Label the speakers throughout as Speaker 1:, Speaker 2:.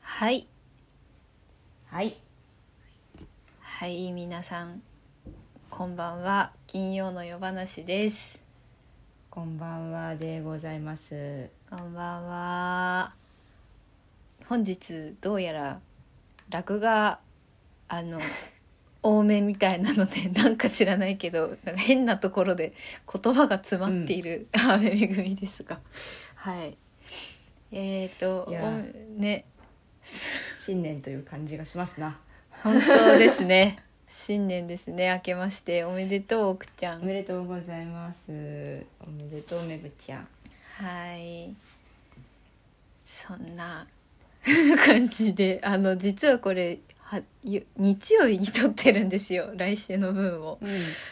Speaker 1: はい
Speaker 2: はい
Speaker 1: はい皆さんこんばんは金曜の夜話です
Speaker 2: こんばんはでございます
Speaker 1: こんばんは本日どうやら落語あ の多めみたいなのでなんか知らないけどなんか変なところで言葉が詰まっている阿部恵みですがはいえっ、ー、と
Speaker 2: いや
Speaker 1: おね
Speaker 2: 新年という感じがしますな
Speaker 1: 本当ですね新年ですね明けましておめでとう奥ちゃん
Speaker 2: おめでとうございますおめでとうめぐちゃん
Speaker 1: はいそんな 感じであの実はこれはゆ日曜日に撮ってるんですよ来週の分を。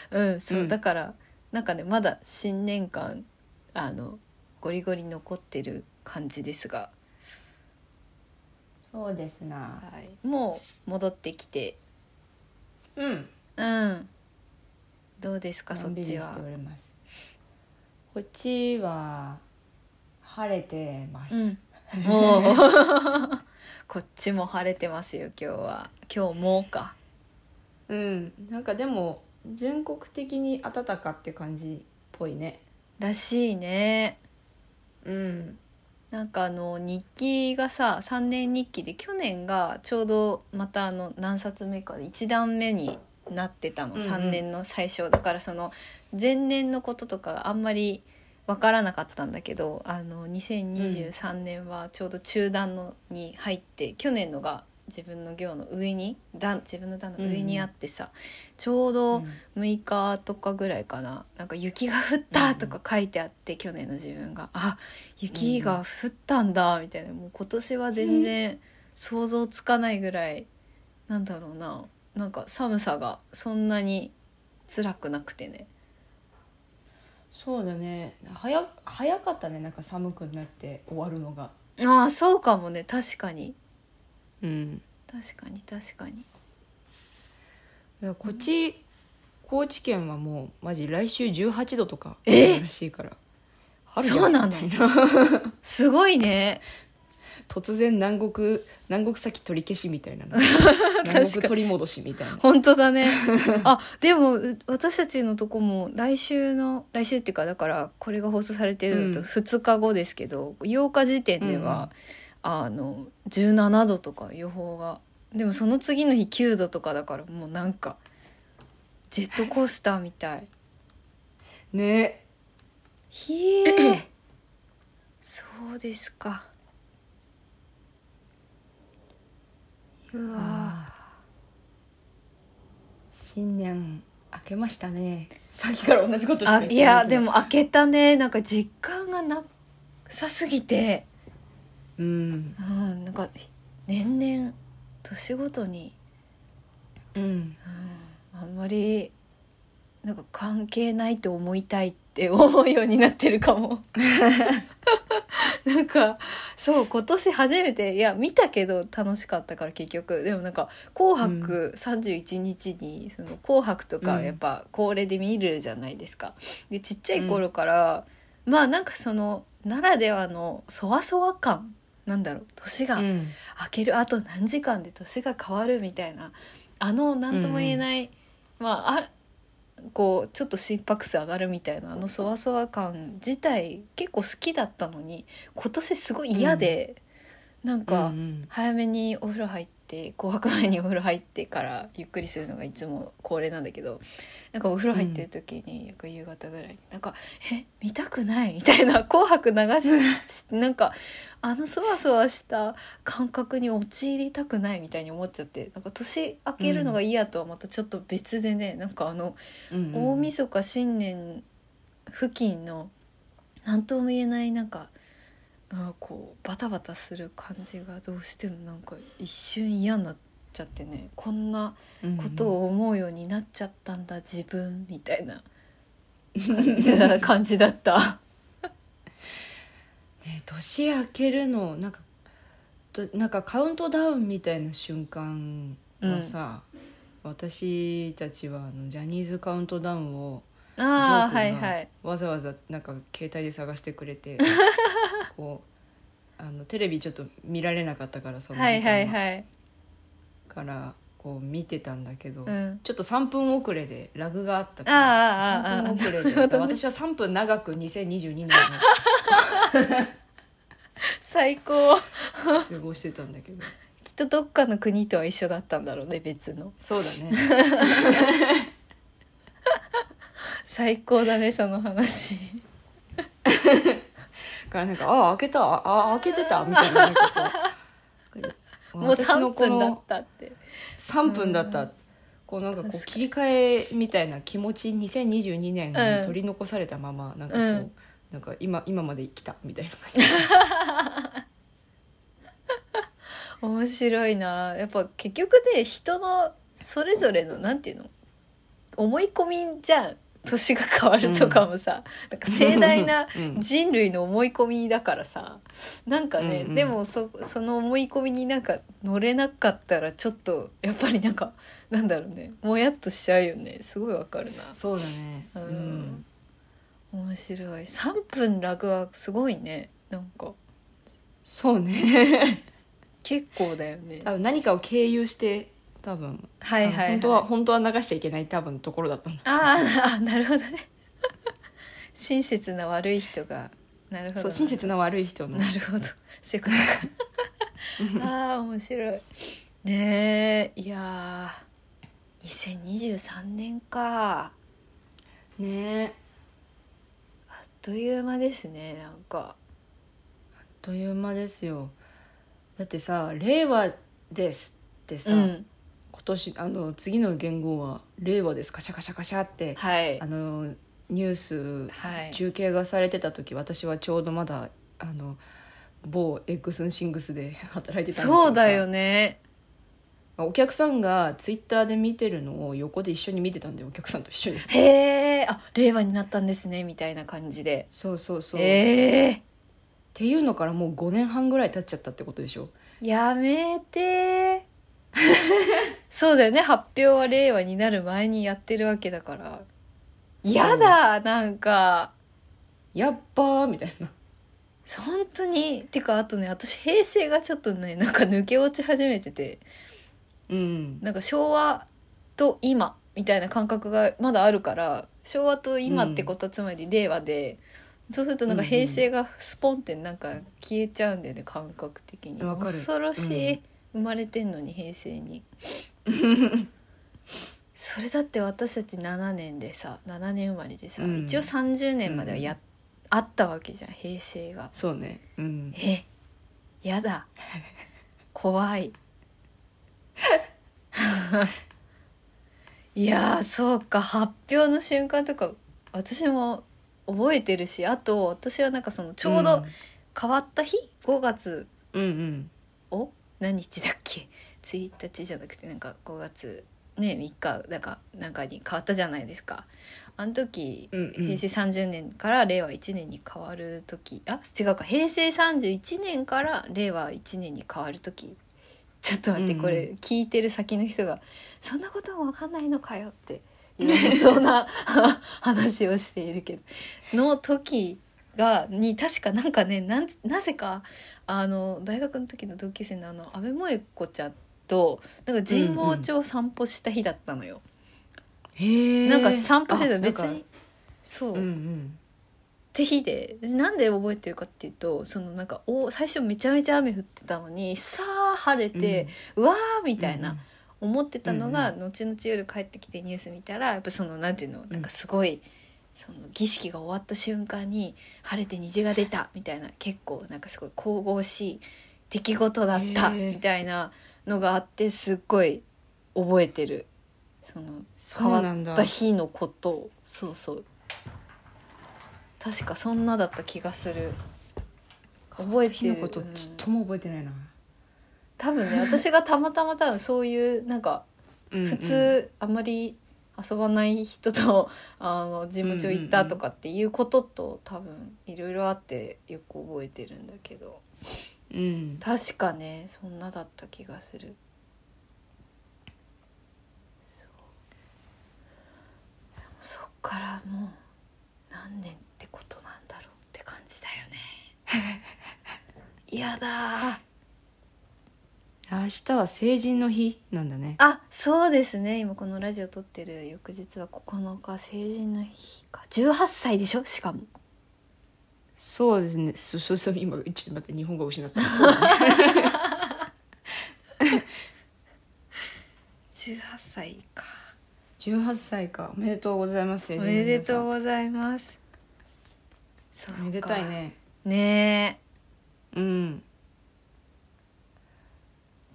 Speaker 2: うん
Speaker 1: うんそう、
Speaker 2: うん
Speaker 1: だからなんかねまだ新年間あのゴリゴリ残ってる感じですが、
Speaker 2: そうですな
Speaker 1: はい、もう戻ってきて
Speaker 2: うん
Speaker 1: うんどうですか
Speaker 2: の
Speaker 1: そ
Speaker 2: ん
Speaker 1: っ
Speaker 2: びり
Speaker 1: ち
Speaker 2: し
Speaker 1: は
Speaker 2: てお。りますこっちは晴れて ます、
Speaker 1: うん、もう こっちも晴れてますよ今日は今日もか。
Speaker 2: うんなんかでも全国的に暖かって感じっぽいね
Speaker 1: らしいね
Speaker 2: うん
Speaker 1: なんかあの日記がさ3年日記で去年がちょうどまたあの何冊目かで1段目になってたの、
Speaker 2: うんうん
Speaker 1: 3年の最初だからその前年のこととかあんまり分からなかったんだけどあの2023年はちょうど中段のに入って、去年のが自分の行の上に段自分の段の上にあってさ、ちょうど、6日とかぐらいかななんか雪が降ったとか書いてあって、去年の自分があ雪が降ったんだみたいなもう今年は全然想像つかないぐらいなんだろうななんか寒さがそんなに辛くなくてね
Speaker 2: そうだね早早かったねなんか寒くなって終わるのが
Speaker 1: ああそうかもね確かに
Speaker 2: うん
Speaker 1: 確かに確かに
Speaker 2: こっち高知県はもうマジ来週18度とか
Speaker 1: え
Speaker 2: らしいから
Speaker 1: そうなの
Speaker 2: みたいな
Speaker 1: すごいね
Speaker 2: 突然南国南国先取り消しみたい な
Speaker 1: かに
Speaker 2: 南国取り戻しみたいな
Speaker 1: 本当だねあでもう私たちのとこも来週の来週っていうかだからこれが放送されてるのと
Speaker 2: うん
Speaker 1: 2日後ですけど、8日時点では、あの17度とか予報がでもその次の日9度とかだからもうなんかジェットコースターみたい
Speaker 2: ね
Speaker 1: ひえそうですかうわ
Speaker 2: 新年明けましたねさっきから同じことして
Speaker 1: あ
Speaker 2: る
Speaker 1: いやでも開けたねなんか実感がなさすぎて
Speaker 2: うん
Speaker 1: うんなんか年々年ごとに、
Speaker 2: うん
Speaker 1: うん、あんまりなんか関係ないと思いたいって思うようになってるか もなんかそう今年初めていや見たけど楽しかったから結局でもなんか「紅白」31日に「その紅白」とか
Speaker 2: うん
Speaker 1: やっぱ恒例で見るじゃないですか。でちっちゃい頃から、まあなんかそのならではのそわそわ感なんだろう年が
Speaker 2: うん
Speaker 1: 開けるあと何時間で年が変わるみたいなあの何とも言えない、まああこうちょっと心拍数上がるみたいなあのそわそわ感自体結構好きだったのに今年すごい嫌で、なんか、
Speaker 2: うん
Speaker 1: 早めにお風呂入って「紅白」前にお風呂入ってからゆっくりするのがいつも恒例なんだけどなんかお風呂入ってる時に、なんか夕方ぐらいになんか「え見たくない?」みたいな「紅白」流しなんかあのそわそわした感覚に陥りたくないみたいに思っちゃってなんか年明けるのが嫌とはまたちょっと別でね、なんかあの
Speaker 2: うん
Speaker 1: 大晦日新年付近の何とも言えないなんか、うん、こうバタバタする感じがどうしてもなんか一瞬嫌になっちゃってねこんなことを思うようになっちゃったんだ自分みたい な感じだ感じだった。
Speaker 2: ね年明けるのなんかとなんかカウントダウンみたいな瞬間はさ、私たちはあのジャニーズカウントダウンを
Speaker 1: あー
Speaker 2: ジ
Speaker 1: はい
Speaker 2: ョー君が
Speaker 1: はい。
Speaker 2: わざわざなんか携帯で探してくれてこうあのテレビちょっと見られなかったからその
Speaker 1: はいはい
Speaker 2: い、
Speaker 1: はい
Speaker 2: からこう見てたんだけど、
Speaker 1: うん
Speaker 2: ちょっと3分遅れでラグがあった
Speaker 1: あーあーあー
Speaker 2: から
Speaker 1: あーな
Speaker 2: 3分遅れで
Speaker 1: るほどね
Speaker 2: 私は3分長く2022年
Speaker 1: 最高
Speaker 2: を過ごしてたんだけど
Speaker 1: きっとどっかの国とは一緒だったんだろうね別の
Speaker 2: そうだね
Speaker 1: 最高だねその話
Speaker 2: からなんか「ああ開けたああ開けてた」みたいななんかこう
Speaker 1: もう3
Speaker 2: こ
Speaker 1: 分だ
Speaker 2: の
Speaker 1: ったって
Speaker 2: 3分だった、こうなんかこ
Speaker 1: 確か
Speaker 2: う
Speaker 1: に
Speaker 2: 切り替えみたいな気持ち2022年
Speaker 1: うん
Speaker 2: に取り残されたまま、なんかこう、
Speaker 1: うん
Speaker 2: なんか今今まで来たみたいな感
Speaker 1: 面白いなやっぱ結局ね人のそれぞれのなんていうの思い込みじゃん年が変わるとかもさ、なんか盛大な
Speaker 2: うん
Speaker 1: 人類の思い込みだからさなんかね、
Speaker 2: うんうん
Speaker 1: でもそその思い込みになんか乗れなかったらちょっとやっぱりなんかなんだろうねもやっとしちゃうよねすごいわかるな
Speaker 2: じそうだね
Speaker 1: う
Speaker 2: うんん、
Speaker 1: 面白い3分ラグはすごいねなんか
Speaker 2: そ うね
Speaker 1: 結構だよね
Speaker 2: 多分何かを経由して多分、
Speaker 1: はいはい、はい、
Speaker 2: あの本当は本当は流しちゃいけない多分ところだったんだ
Speaker 1: あーあなるほどね親切な悪い人がなるほど
Speaker 2: そう親切な悪い人の
Speaker 1: なるほどそういうことかあー面白いねえいやー2023年か
Speaker 2: ね
Speaker 1: あっという間ですねなんか
Speaker 2: あっという間ですよだってさ「令和です」ってさ、
Speaker 1: うん
Speaker 2: 今年あの次の元号は「令和です」カシャカシャカシャって
Speaker 1: はい
Speaker 2: あのニュース
Speaker 1: はい
Speaker 2: 中継がされてた時私はちょうどまだあの某 X シングスで 働いてたんだけどさ
Speaker 1: そうだよね
Speaker 2: お客さんがツイッターで見てるのを横で一緒に見てたんでお客さんと一 緒に
Speaker 1: へえあ令和になったんですねみたいな感じで
Speaker 2: そうそうそう、
Speaker 1: ええ
Speaker 2: っていうのからもう5年半ぐらい経っちゃったってことでしょ
Speaker 1: やめて そうだよね発表は令和になる前にやってるわけだからやだなんか
Speaker 2: やっばーみたいな
Speaker 1: 本当にてかあとね私平成がちょっとねなんか抜け落ち始めてて
Speaker 2: うん
Speaker 1: なんか昭和と今みたいな感覚がまだあるから昭和と今ってことはつまり令和で、そうするとなんか
Speaker 2: うんうん
Speaker 1: 平成がスポンってなんか消えちゃうんだよね感覚的に
Speaker 2: わかる
Speaker 1: 恐ろしい、
Speaker 2: うん
Speaker 1: 生まれてんのに平成にそれだって私たち7年でさ7年生まれでさ、
Speaker 2: うん
Speaker 1: 一応30年まではや、
Speaker 2: う
Speaker 1: あったわけじゃん平成が
Speaker 2: そうねうん
Speaker 1: えやだ怖い いやーそうか発表の瞬間とか私も覚えてるしあと私はなんかそのちょうど変わった日、5月
Speaker 2: うんうん
Speaker 1: を何日だっけ1日じゃなくてなんか5月ね3日なんかなんかに変わったじゃないですかあの時、
Speaker 2: うんうん
Speaker 1: 平成30年から令和1年に変わる時あ違うか平成31年から令和1年に変わる時ちょっと待って、
Speaker 2: うんうん
Speaker 1: これ聞いてる先の人が「そんなことも分かんないのかよ」って言われそうな 話をしているけどの時がに確かなんかねなんなぜかあの大学の時の同級生のあの安倍萌子ちゃんとなんか神保町を散歩した日だったのよ、
Speaker 2: へえ
Speaker 1: なんか散歩してた別にそう、
Speaker 2: うんうん
Speaker 1: って日でなんで覚えてるかっていうとそのなんかお最初めちゃめちゃ雨降ってたのにさあ晴れて、うわーみ
Speaker 2: み
Speaker 1: たいな、思ってたのが、
Speaker 2: う
Speaker 1: 後々夜帰ってきてニュース見たらやっぱそのなんていうのなんかすごい、その儀式が終わった瞬間に晴れて虹が出たみたいな結構なんかすごい神々しい出来事だった
Speaker 2: へえ
Speaker 1: みたいなのがあってすっごい覚えてるその
Speaker 2: そ
Speaker 1: 変
Speaker 2: う
Speaker 1: わ
Speaker 2: なんだ
Speaker 1: った日のことをそうそう確かそんなだった気がする覚えて
Speaker 2: 日
Speaker 1: る
Speaker 2: のことちっとも覚えてないな、
Speaker 1: 多分ね私がたまたま多分そういうなんか
Speaker 2: うんうん
Speaker 1: 普通あまり遊ばない人とあの事務所行ったとかっていうことと多分いろいろあってよく覚えてるんだけど
Speaker 2: うん
Speaker 1: 確かねそんなだった気がするそうでもそっからもう 何年ってことなんだろうって感じだよねやだー
Speaker 2: 明日は成人の日なんだね
Speaker 1: あそうですね今このラジオ撮ってる翌日は9日成人の日か18歳でしょしかも
Speaker 2: そうですねそそうそう今ちょっと待って日本語失った そうだね
Speaker 1: 18歳か
Speaker 2: 18歳かおめでとうございます成
Speaker 1: お
Speaker 2: 人の
Speaker 1: めで
Speaker 2: 皆さ
Speaker 1: とう
Speaker 2: ん
Speaker 1: ございますそうか
Speaker 2: めでたいね
Speaker 1: ね
Speaker 2: うん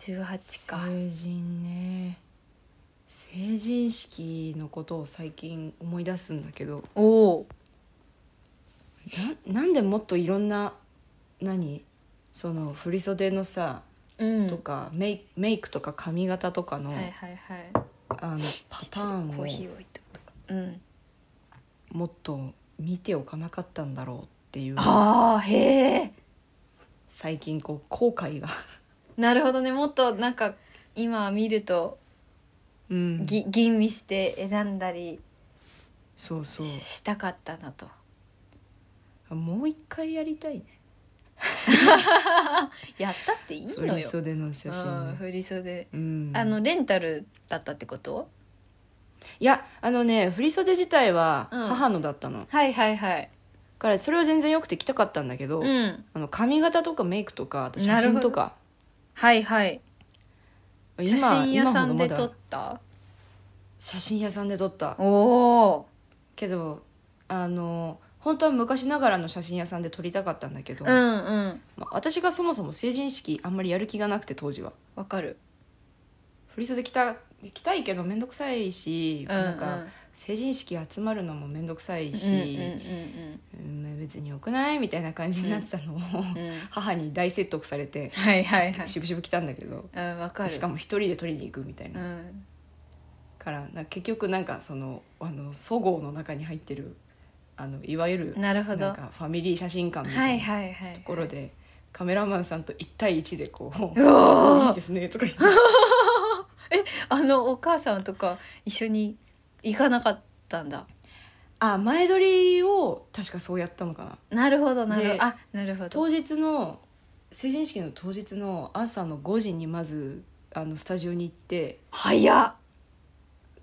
Speaker 1: え18か
Speaker 2: 成人ね成人式のことを最近思い出すんだけど
Speaker 1: おお
Speaker 2: ななんでもっといろんな何その振袖のさ、
Speaker 1: うん
Speaker 2: とかメイメイクとか髪型とかの,、
Speaker 1: はいはいはい
Speaker 2: あのパターン
Speaker 1: コーヒー
Speaker 2: を
Speaker 1: 置いてことかうん
Speaker 2: もっと見ておかなかったんだろうっていう
Speaker 1: ああへえ
Speaker 2: 最近こう後悔が、
Speaker 1: なるほどねもっとなんか今見ると
Speaker 2: うん、
Speaker 1: ぎ吟味して選んだり
Speaker 2: そうそう
Speaker 1: したかったなと
Speaker 2: もう一回やりたいね
Speaker 1: やったっていい
Speaker 2: 振
Speaker 1: の
Speaker 2: り
Speaker 1: よ
Speaker 2: 袖の写真
Speaker 1: うん
Speaker 2: ね
Speaker 1: 振り袖
Speaker 2: うん、
Speaker 1: あのレンタルだったってこと
Speaker 2: いやあのね振り袖自体は
Speaker 1: うん
Speaker 2: 母のだったの、
Speaker 1: はいはいはい
Speaker 2: からそれは全然よくて着たかったんだけど、
Speaker 1: うん
Speaker 2: あの髪型とかメイクとかあと写
Speaker 1: なるほ
Speaker 2: 真
Speaker 1: ど
Speaker 2: とか
Speaker 1: はいはい写
Speaker 2: 今
Speaker 1: 真屋さん
Speaker 2: 今ほどま
Speaker 1: で
Speaker 2: だ
Speaker 1: 撮った
Speaker 2: 写真屋さんで撮った
Speaker 1: おお
Speaker 2: けどあの本当は昔ながらの写真屋さんで撮りたかったんだけど、
Speaker 1: うんうん
Speaker 2: まあ私がそもそも成人式あんまりやる気がなくて当時は
Speaker 1: わかる
Speaker 2: 振り袖着た着たいけど面倒くさいし、
Speaker 1: うんうん
Speaker 2: なんか成人式集まるのも面倒くさい
Speaker 1: うんうんうん
Speaker 2: し、うん別によくないみたいな感じになってたのを、
Speaker 1: うんうん
Speaker 2: 母に大説得されて
Speaker 1: はいはいはい
Speaker 2: しぶしぶ来たんだけど
Speaker 1: うんわかる
Speaker 2: しかも一人で取りに行くみたいうな、
Speaker 1: ん
Speaker 2: からなんか結局なんかそのあのそごうの中に入ってるあのいわゆる
Speaker 1: なるほど
Speaker 2: んかファミリー写真館み
Speaker 1: は
Speaker 2: た
Speaker 1: い
Speaker 2: いな
Speaker 1: はいはい
Speaker 2: ところで、カメラマンさんと1対1で こう「
Speaker 1: うおー
Speaker 2: いいですね」とか言って
Speaker 1: あのお母さんとか一緒に行かなかったんだ
Speaker 2: あ前撮りを確かそうやったのかな
Speaker 1: なるほどなるほ
Speaker 2: で
Speaker 1: どあなるほど
Speaker 2: 当日の成人式の当日の朝の5時にまずあのスタジオに行って
Speaker 1: 早っ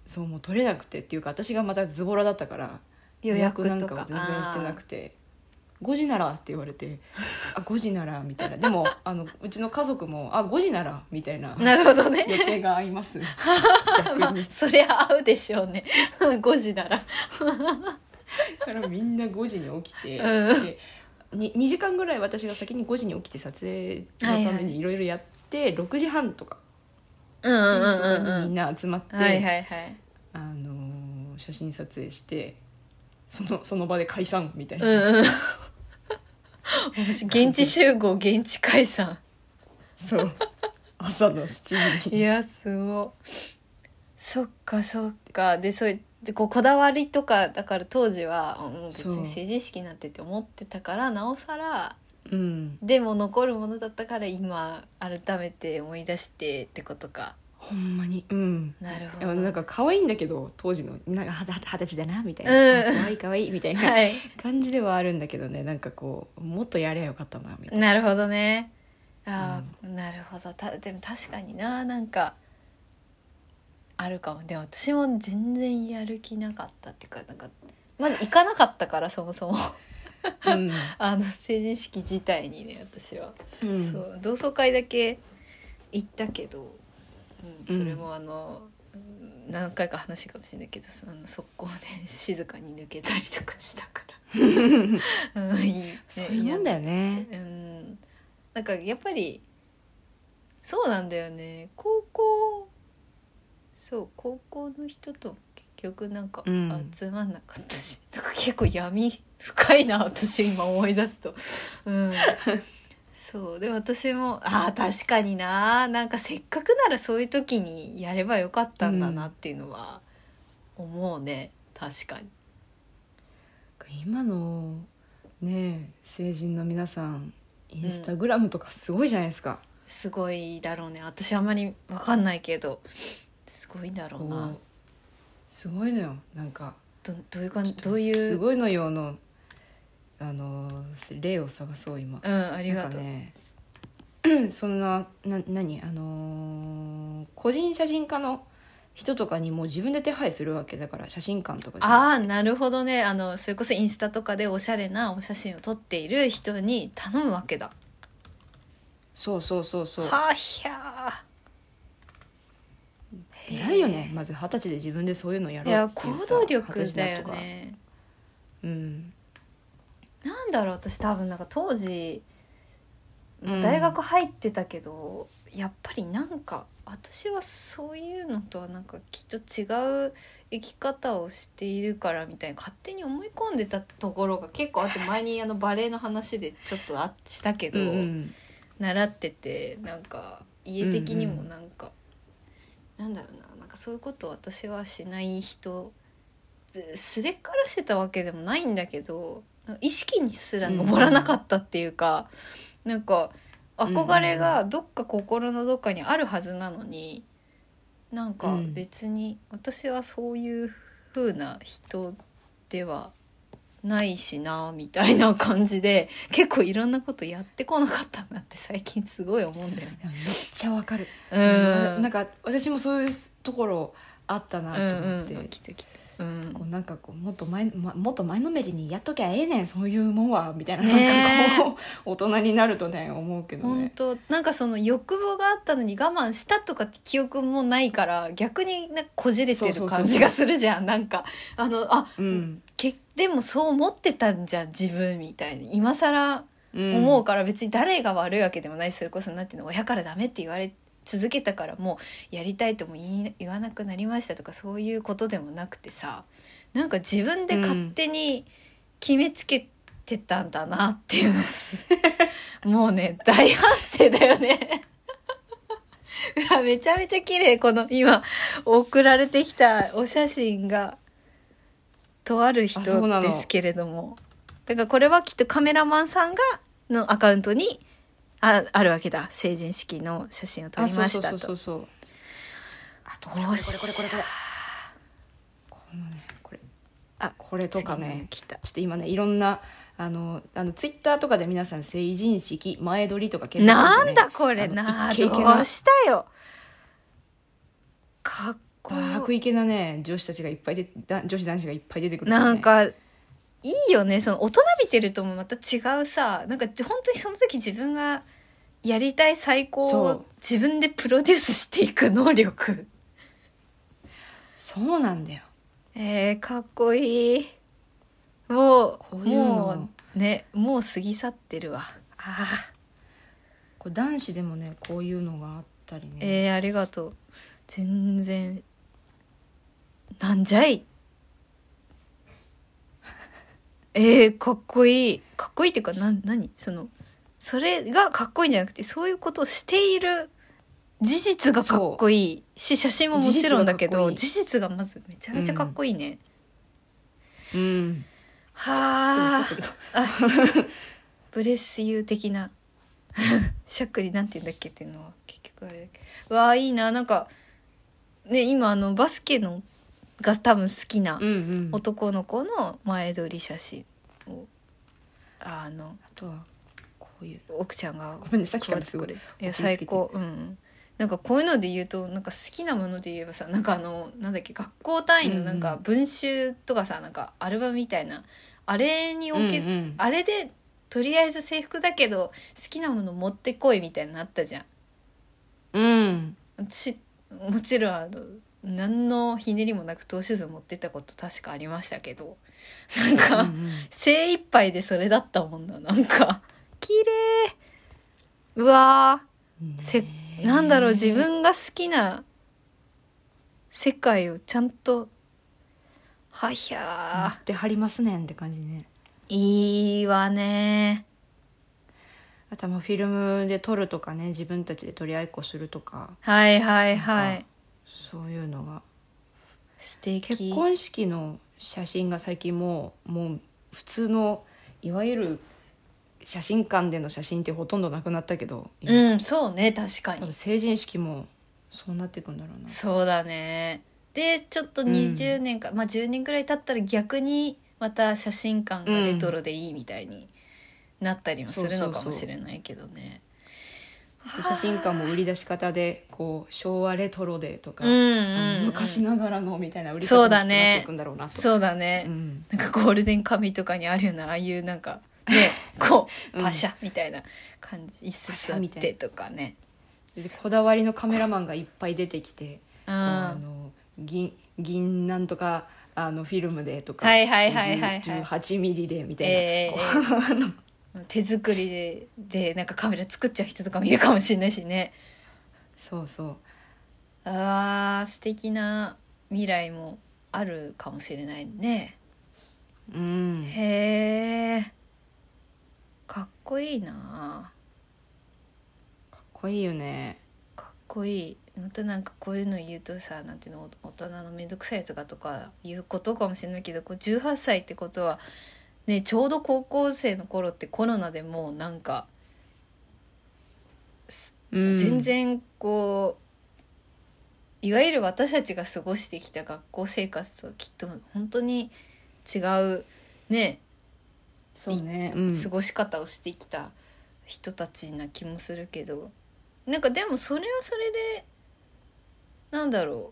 Speaker 2: そうもう撮れなくてっていうか私がまたズボラだったから
Speaker 1: 予約
Speaker 2: なん
Speaker 1: と
Speaker 2: か
Speaker 1: か
Speaker 2: を全然してなくて「5時なら」って言われて「あ5時なら」みたいなでもあのうちの家族も「あ5時なら」みたいな
Speaker 1: あーなるほど
Speaker 2: 予
Speaker 1: ね
Speaker 2: 定が合い ます
Speaker 1: ま
Speaker 2: 逆
Speaker 1: あ
Speaker 2: に
Speaker 1: そりゃ合うでしょうね 5時なら
Speaker 2: だからみんな5時に起きて、
Speaker 1: うん
Speaker 2: でに 2, 時間ぐらい私が先に5時に起きて撮影のためにいろいろやって、6時半とか
Speaker 1: う
Speaker 2: 7
Speaker 1: んうん
Speaker 2: 時と
Speaker 1: う
Speaker 2: かに
Speaker 1: ん
Speaker 2: みんな集まって、
Speaker 1: うんはいはいはい
Speaker 2: あのー写真撮影してそのその場で解散みたいな。
Speaker 1: うんうん 現地集合現地解散
Speaker 2: そう朝の7時
Speaker 1: い
Speaker 2: に
Speaker 1: やすごいそっかそっかでそういでこうこだわりとかだから当時はうん別
Speaker 2: そう
Speaker 1: に成人式なんてって思ってたからなおさら
Speaker 2: うん
Speaker 1: でも残るものだったから今改めて思い出してってことか
Speaker 2: ほんまにうん
Speaker 1: なる
Speaker 2: い
Speaker 1: ほ
Speaker 2: や
Speaker 1: ど
Speaker 2: なんか可愛いんだけど当時のなんかはたはた二十歳だなみたいな
Speaker 1: うん
Speaker 2: あ可愛い可愛いみたいな
Speaker 1: はい
Speaker 2: 感じではあるんだけどねなんかこうもっとやりゃよかったなみたいな
Speaker 1: なるほどねあー、なるほどたでも確かにななんかあるかもでも私も全然やる気なかったっていうかなんかまず行かなかったからそもそも
Speaker 2: うん
Speaker 1: あの成人式自体にね私は、
Speaker 2: うん
Speaker 1: そう同窓会だけ行ったけど、うん、
Speaker 2: うん
Speaker 1: それもあの、うん何回か話かもしれないけどその速攻で 静かに抜けたりとかした から、うん、いいね
Speaker 2: そういうもんだよね
Speaker 1: うん、なんかやっぱりそうなんだよね高校そう高校の人と結局なんか
Speaker 2: うん
Speaker 1: 集まんなかったし、 なんか結構闇深いな私今思い出すと。うん、そうでも私もあー確かにななんかせっかくならそういう時にやればよかったんだなっていうのは思うね確かに。
Speaker 2: 今のねえ成人の皆さんインスタグラムとかすごいじゃないですか、
Speaker 1: すごいだろうね私あんまりわかんないけどすごいんだろう
Speaker 2: こ
Speaker 1: な
Speaker 2: うすごいのよなんか
Speaker 1: どどういう感じどうい
Speaker 2: す
Speaker 1: う
Speaker 2: ごいのよのあの例を探そう今
Speaker 1: うんありがとう、
Speaker 2: なんかね そんなな何あのー個人写真家の人とかにもう自分で手配するわけだから写真館とかで
Speaker 1: ああなるほどねあのそれこそインスタとかでおしゃれなお写真を撮っている人に頼むわけだ
Speaker 2: そうそうそうそう
Speaker 1: はあひゃー
Speaker 2: 偉いよねまず二十歳で自分でそういうのや
Speaker 1: い
Speaker 2: ろう
Speaker 1: や
Speaker 2: ってい
Speaker 1: 行
Speaker 2: うさ
Speaker 1: 動力
Speaker 2: 二十
Speaker 1: だ
Speaker 2: 歳
Speaker 1: よ
Speaker 2: とか
Speaker 1: ね
Speaker 2: うん
Speaker 1: なんだろう私多分なんか当時
Speaker 2: うん
Speaker 1: 大学入ってたけど、やっぱりなんか私はそういうのとはなんかきっと違う生き方をしているからみたいな勝手に思い込んでたところが結構あって前にあのバレエの話でちょっとあしたけ
Speaker 2: う
Speaker 1: ど、
Speaker 2: んうん
Speaker 1: 習っててなんか家的に
Speaker 2: うん
Speaker 1: も
Speaker 2: うん
Speaker 1: なんか、なんだろうななんかそういうことを私はしない人ずすれっからしてたわけでもないんだけどなんか意識にすら上らなかったっていうか、なんか憧れがどっか心のどっかにあるはずなのになんか
Speaker 2: うん
Speaker 1: 別に私はそういう風な人ではないしなみたいな感じで結構いろんなことやってこなかったなって最近すごい思うんだよね。
Speaker 2: いやめっちゃわかる
Speaker 1: うん
Speaker 2: ななんか私もそういうところあったなと思って、
Speaker 1: うんうん、来た来た。うん
Speaker 2: こうなんかこうもっと前、ま、もっと前のめりにやっときゃええねんそういうもんはみたいな,、
Speaker 1: ねえ
Speaker 2: なんかこう大人になるとね思うけど
Speaker 1: 本
Speaker 2: ね
Speaker 1: 当なんかその欲望があったのに我慢したとかって記憶もないから逆になんかこじれて
Speaker 2: そうそうそ
Speaker 1: る感
Speaker 2: うそう
Speaker 1: じがするじゃんなんかあのあ、
Speaker 2: うん
Speaker 1: けでもそう思ってたんじゃん自分みたいに今更
Speaker 2: うん
Speaker 1: 思うから別に誰が悪いわけでもないしそれこそなんていうの親からダメって言われ続けたからもうやりたいとも言い言わなくなりましたとかそういうことでもなくてさなんか自分で勝手に決めつけてたんだなっていうの す、もうね大反省だよね。うわめちゃめちゃ綺麗この今送られてきたお写真がとある人
Speaker 2: あそうなの
Speaker 1: ですけれどもだからこれはきっとカメラマンさんがのアカウントにああるわけだ成人式の写真を撮
Speaker 2: あ
Speaker 1: り
Speaker 2: そう
Speaker 1: ま
Speaker 2: そ
Speaker 1: し
Speaker 2: うそ
Speaker 1: た
Speaker 2: うそ
Speaker 1: と
Speaker 2: うそうあとこれこ
Speaker 1: お
Speaker 2: れ
Speaker 1: っ
Speaker 2: これこ
Speaker 1: しゃ
Speaker 2: れこれこれこのねこれ
Speaker 1: あ
Speaker 2: これとか
Speaker 1: 次の
Speaker 2: ね
Speaker 1: 来た
Speaker 2: ちょっと今ねいろんなあのあのツイッターとかで皆さん成人式前撮りとか検索
Speaker 1: な
Speaker 2: するとね
Speaker 1: んだこれ
Speaker 2: あの
Speaker 1: な
Speaker 2: イケイケな
Speaker 1: どうしたよかっこ
Speaker 2: バークイケなね女子たちがいっぱいでだ女子男子がいっぱい出てくるらね、
Speaker 1: なんかいいよねその大人びてるともまた違うさなんか本当にその時自分がやりたい最高
Speaker 2: そ
Speaker 1: を
Speaker 2: う
Speaker 1: 自分でプロデュースしていく能力
Speaker 2: そうなんだよ
Speaker 1: えー、かっこいいもう
Speaker 2: こういうの
Speaker 1: もうねもう過ぎ去ってるわあ
Speaker 2: これ男子でもねこういうのがあったりね
Speaker 1: ー、えー、ありがとう全然なんじゃい えー、かっこいいかっこいいっていうかなん何そのそれがかっこいいんじゃなくてそういうことをしている事実がかっこいいし写真ももちろんだけど
Speaker 2: 事
Speaker 1: 事実がまずめちゃめちゃかっこいいね、
Speaker 2: うん
Speaker 1: はあブレスユー的な しゃっくりなんて言うんだっけっていうのは結局あれだけどわあいいななんかね今あのバスケのが多分好きな
Speaker 2: うんうんあ
Speaker 1: 男の子の前撮り写真をあの
Speaker 2: とはこういう
Speaker 1: 奥ちゃんが
Speaker 2: ごめんねさっきからすごい
Speaker 1: いや
Speaker 2: 気をつけ
Speaker 1: 最
Speaker 2: て
Speaker 1: 高うんなんかこういうので言うとなんか好きなもので言えばさなんかあのなんだっけ学校単位のなん
Speaker 2: うん
Speaker 1: か
Speaker 2: う
Speaker 1: 文集とかさなんかアルバムみたいなあれにおけ、
Speaker 2: うんうん
Speaker 1: あれでとりあえず制服だけど好きなもの持ってこいみたいになったじゃん
Speaker 2: うん
Speaker 1: 私もちろんあの何のひねりもなくトーシューズ持ってったこと確かありましたけどなんか、
Speaker 2: うんうん
Speaker 1: 精一杯でそれだったもんななんか綺麗うわーせ
Speaker 2: ねえ
Speaker 1: なんだろう自分が好きな世界をちゃんとはひ
Speaker 2: 持
Speaker 1: ゃ
Speaker 2: ってはりますねんって感じね
Speaker 1: ーいいわね
Speaker 2: あとはもうフィルムで撮るとかね自分たちで撮り合いっこするとか
Speaker 1: はいはいは
Speaker 2: なん
Speaker 1: い
Speaker 2: かそういうのが
Speaker 1: 素敵
Speaker 2: 結婚式の写真が最近もうもう普通のいわゆる写真館での写真ってほとんどなくなったけど、今
Speaker 1: うんそうね確か
Speaker 2: 多
Speaker 1: に
Speaker 2: 分成人式もそうなっていくんだろうな
Speaker 1: そうだねでちょっと20年か、まあ10年くらい経ったら逆にまた写真館がレトロでいいみたいになったりもするのかもしれないけどね、
Speaker 2: で写真館も売り出し方でこう昭和レトロでとか、
Speaker 1: うんうん
Speaker 2: あ
Speaker 1: うん
Speaker 2: の昔ながらのみたいな売り
Speaker 1: そ
Speaker 2: 方
Speaker 1: うだ
Speaker 2: にきっとなって
Speaker 1: ね
Speaker 2: いくんだろうなと
Speaker 1: そうだね、
Speaker 2: うん
Speaker 1: なんかゴールデンカミとかにあるようなああいうなんかねこうパシャみたいな感じ椅子座ってとかね
Speaker 2: でこだわりのカメラマンがいっぱい出てきて、
Speaker 1: うん
Speaker 2: こうあの銀銀なんとかあのフィルムでとか、
Speaker 1: はいはいはいはいはい
Speaker 2: 18ミリでみたいな、
Speaker 1: ええ
Speaker 2: こ
Speaker 1: 手作りででなんかカメラ作っちゃう人とかもいるかもしれないしね
Speaker 2: うそうそう
Speaker 1: あー素敵な未来もあるかもしれないね
Speaker 2: うん
Speaker 1: へえかっこいいな
Speaker 2: かっこいいよね
Speaker 1: かっこいいまたなんかこういうの言うとさなんていうのお大人の面倒くさいやつがとかいうことかもしれないけどこう18歳ってことは、ね、ちょうど高校生の頃ってコロナでもうなんか
Speaker 2: うん
Speaker 1: 全然こう、いわゆる私たちが過ごしてきた学校生活ときっと本当に違うね
Speaker 2: そうね、うん、
Speaker 1: 過ごし方をしてきた人たちな気もするけど、なんかでもそれはそれでなんだろう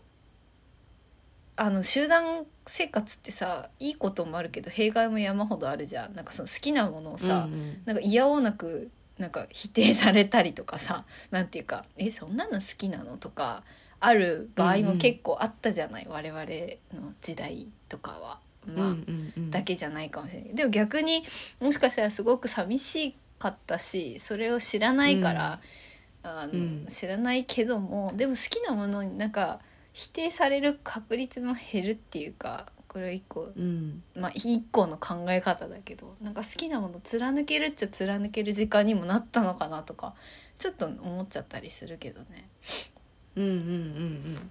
Speaker 1: あの集団生活ってさいいこともあるけど弊害も山ほどあるじゃんなんかその好きなものをさ、
Speaker 2: うんうん
Speaker 1: なんか嫌おうなくなんか否定されたりとかさなんていうか「えそんなの好きなの?」とかある場合も結構あったじゃない、我々の時代とかは。まあ、
Speaker 2: うんうんうん
Speaker 1: だけじゃないかもしれないでも逆にもしかしたらすごく寂しかったしそれを知らないから、あの
Speaker 2: うん
Speaker 1: 知らないけどもでも好きなものになんか否定される確率も減るっていうかこれは一個
Speaker 2: うん
Speaker 1: まあ一個の考え方だけどなんか好きなもの貫けるっちゃ貫ける時間にもなったのかなとかちょっと思っちゃったりするけどね
Speaker 2: うんうんうん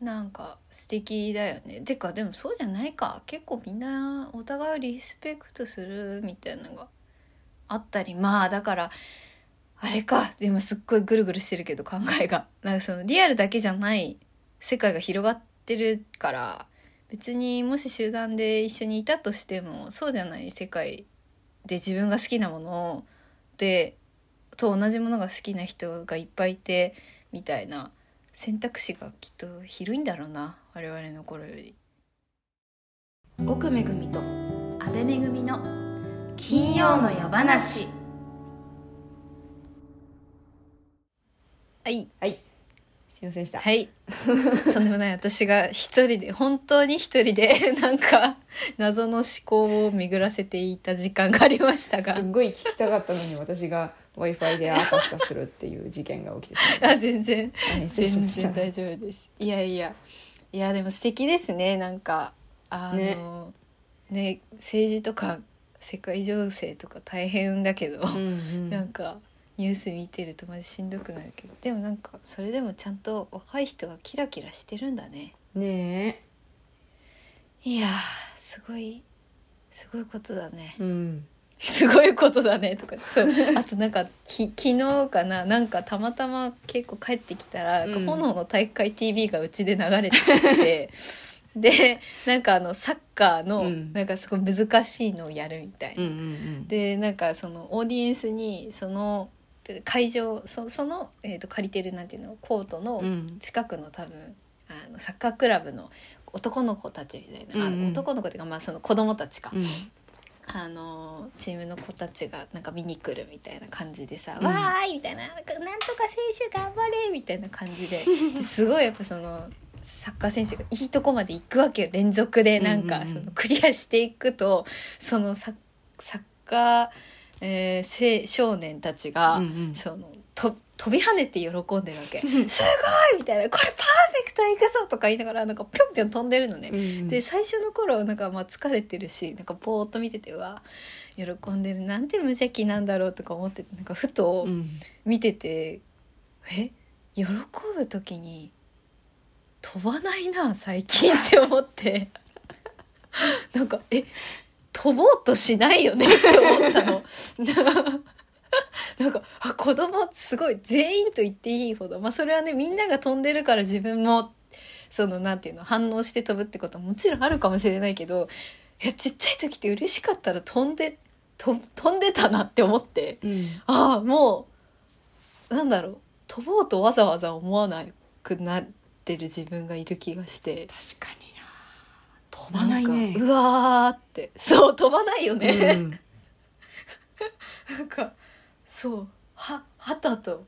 Speaker 1: なんか素敵だよねてかでもそうじゃないか結構みんなお互いをリスペクトするみたいなのがあったりまあだからあれか今すっごいぐるぐるしてるけど考えがなんかそのリアルだけじゃない世界が広がってるから別にもし集団で一緒にいたとしてもそうじゃない世界で自分が好きなものでと同じものが好きな人がいっぱいいてみたいな選択肢がきっと広いんだろうな我々の頃より
Speaker 2: うん奥めぐみと
Speaker 1: 安倍恵の
Speaker 2: 金曜の夜話
Speaker 1: はい
Speaker 2: はいすいませんでした、
Speaker 1: はいとんでもない私が一人で本当に一人で なんか謎の思考を巡らせていた時間がありましたが
Speaker 2: すっごい聞きたかったのに私が w i f i でアーカスカするっていう事件が起きてしま
Speaker 1: あ全然
Speaker 2: いまし た。
Speaker 1: 全然
Speaker 2: ね
Speaker 1: 大丈夫ですいやいやいやでも素敵ですねなんかあのね政治とか世界情勢とか大変だけど、
Speaker 2: うん
Speaker 1: なんかニュース見てるとマジしんどくなるけどでもなんかそれでもちゃんと若い人はキラキラしてるんだね
Speaker 2: うん、ね
Speaker 1: いやーすごいすごいことだね
Speaker 2: え、うん、
Speaker 1: すごいことだねとか そうあとなんかき昨日かななんかたまたま結構帰ってきたら「
Speaker 2: うん
Speaker 1: 炎の体育会 TV」がうちで流れてき てでなんかあのサッカーの
Speaker 2: うん
Speaker 1: なんかすごい難しいのをやるみたいな
Speaker 2: うんう。ん
Speaker 1: でなんかそのオーディエンスにそのて会場そその、えー、と借りてるなんていうのコート
Speaker 2: う
Speaker 1: の
Speaker 2: ん、
Speaker 1: 近くの多分あのサッカークラブの男の子たちみたいな、あ
Speaker 2: うんうん
Speaker 1: 男の子っていうか、まあ、その子供たちか、
Speaker 2: うん、
Speaker 1: あのーチームの子たちがなんか見に来るみたいな感じでさ「
Speaker 2: うん
Speaker 1: わーい!」みたいな「なんとか選手頑張れ!」みたいな感 じですごいやっぱそのサッカー選手がいいとこまで行くわけよ連続でなん
Speaker 2: うん
Speaker 1: か
Speaker 2: うん
Speaker 1: そ
Speaker 2: うん
Speaker 1: のクリアしていくとそのサッサッカー、えー青少年たちが、
Speaker 2: うん
Speaker 1: そのと飛び跳ねて喜んでるわ けすごいみたいなこれパーフェクトいくぞとか言いながらなんかぴょんぴょん飛んでるのね。
Speaker 2: うん、
Speaker 1: で最初の頃なんかまあ疲れてるしなんかぼーっと見ててうわ喜んでるなんて無邪気なんだろうとか思っててなんかふと
Speaker 2: うん、
Speaker 1: 見てて、え喜ぶ時に飛ばないな最近って思って なんかえ飛ぼうとしないよねって思ったの。 ななんかあ子供すごい全員と言っていいほど、まあ、それはねみんなが飛んでるから自分もそのなんていうの反応して飛ぶってことはもちろんあるかもしれないけどいやちっちゃい時って嬉しかったら飛んでと飛んでたなって思って。
Speaker 2: うん、
Speaker 1: ああもうなんだろう飛ぼうとわざわざ思わなくなってる自分がいる気がして
Speaker 2: 確かにな
Speaker 1: 飛
Speaker 2: 飛ばないね
Speaker 1: うわーってそう飛ばないよね、
Speaker 2: うん
Speaker 1: なんかそうははたと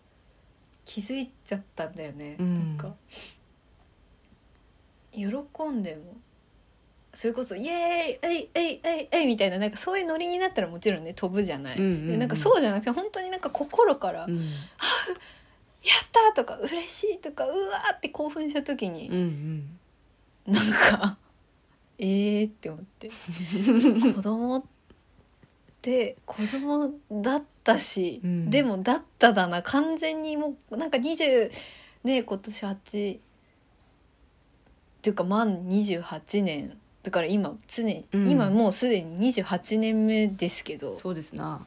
Speaker 1: 気づいちゃったんだよね、
Speaker 2: うん
Speaker 1: なんか喜んでもそれこそ「イエーイえいえいえいえい」みたいななんかそういうノリになったらもちろんね飛ぶじゃない、
Speaker 2: うん うんうん
Speaker 1: なんかそうじゃなくて本当になんか心から「
Speaker 2: う
Speaker 1: やっ
Speaker 2: ん
Speaker 1: た!」とか「嬉しい!」とか「うわ!」って興奮した時に
Speaker 2: うんうん
Speaker 1: なんかえーって思って 子供って子供だったし、
Speaker 2: うん
Speaker 1: でもだっただな完全にもうなんか20ねえ今年8っていうか満28年だから今常に、
Speaker 2: うん
Speaker 1: 今もうすでに28年目ですけど
Speaker 2: そうですな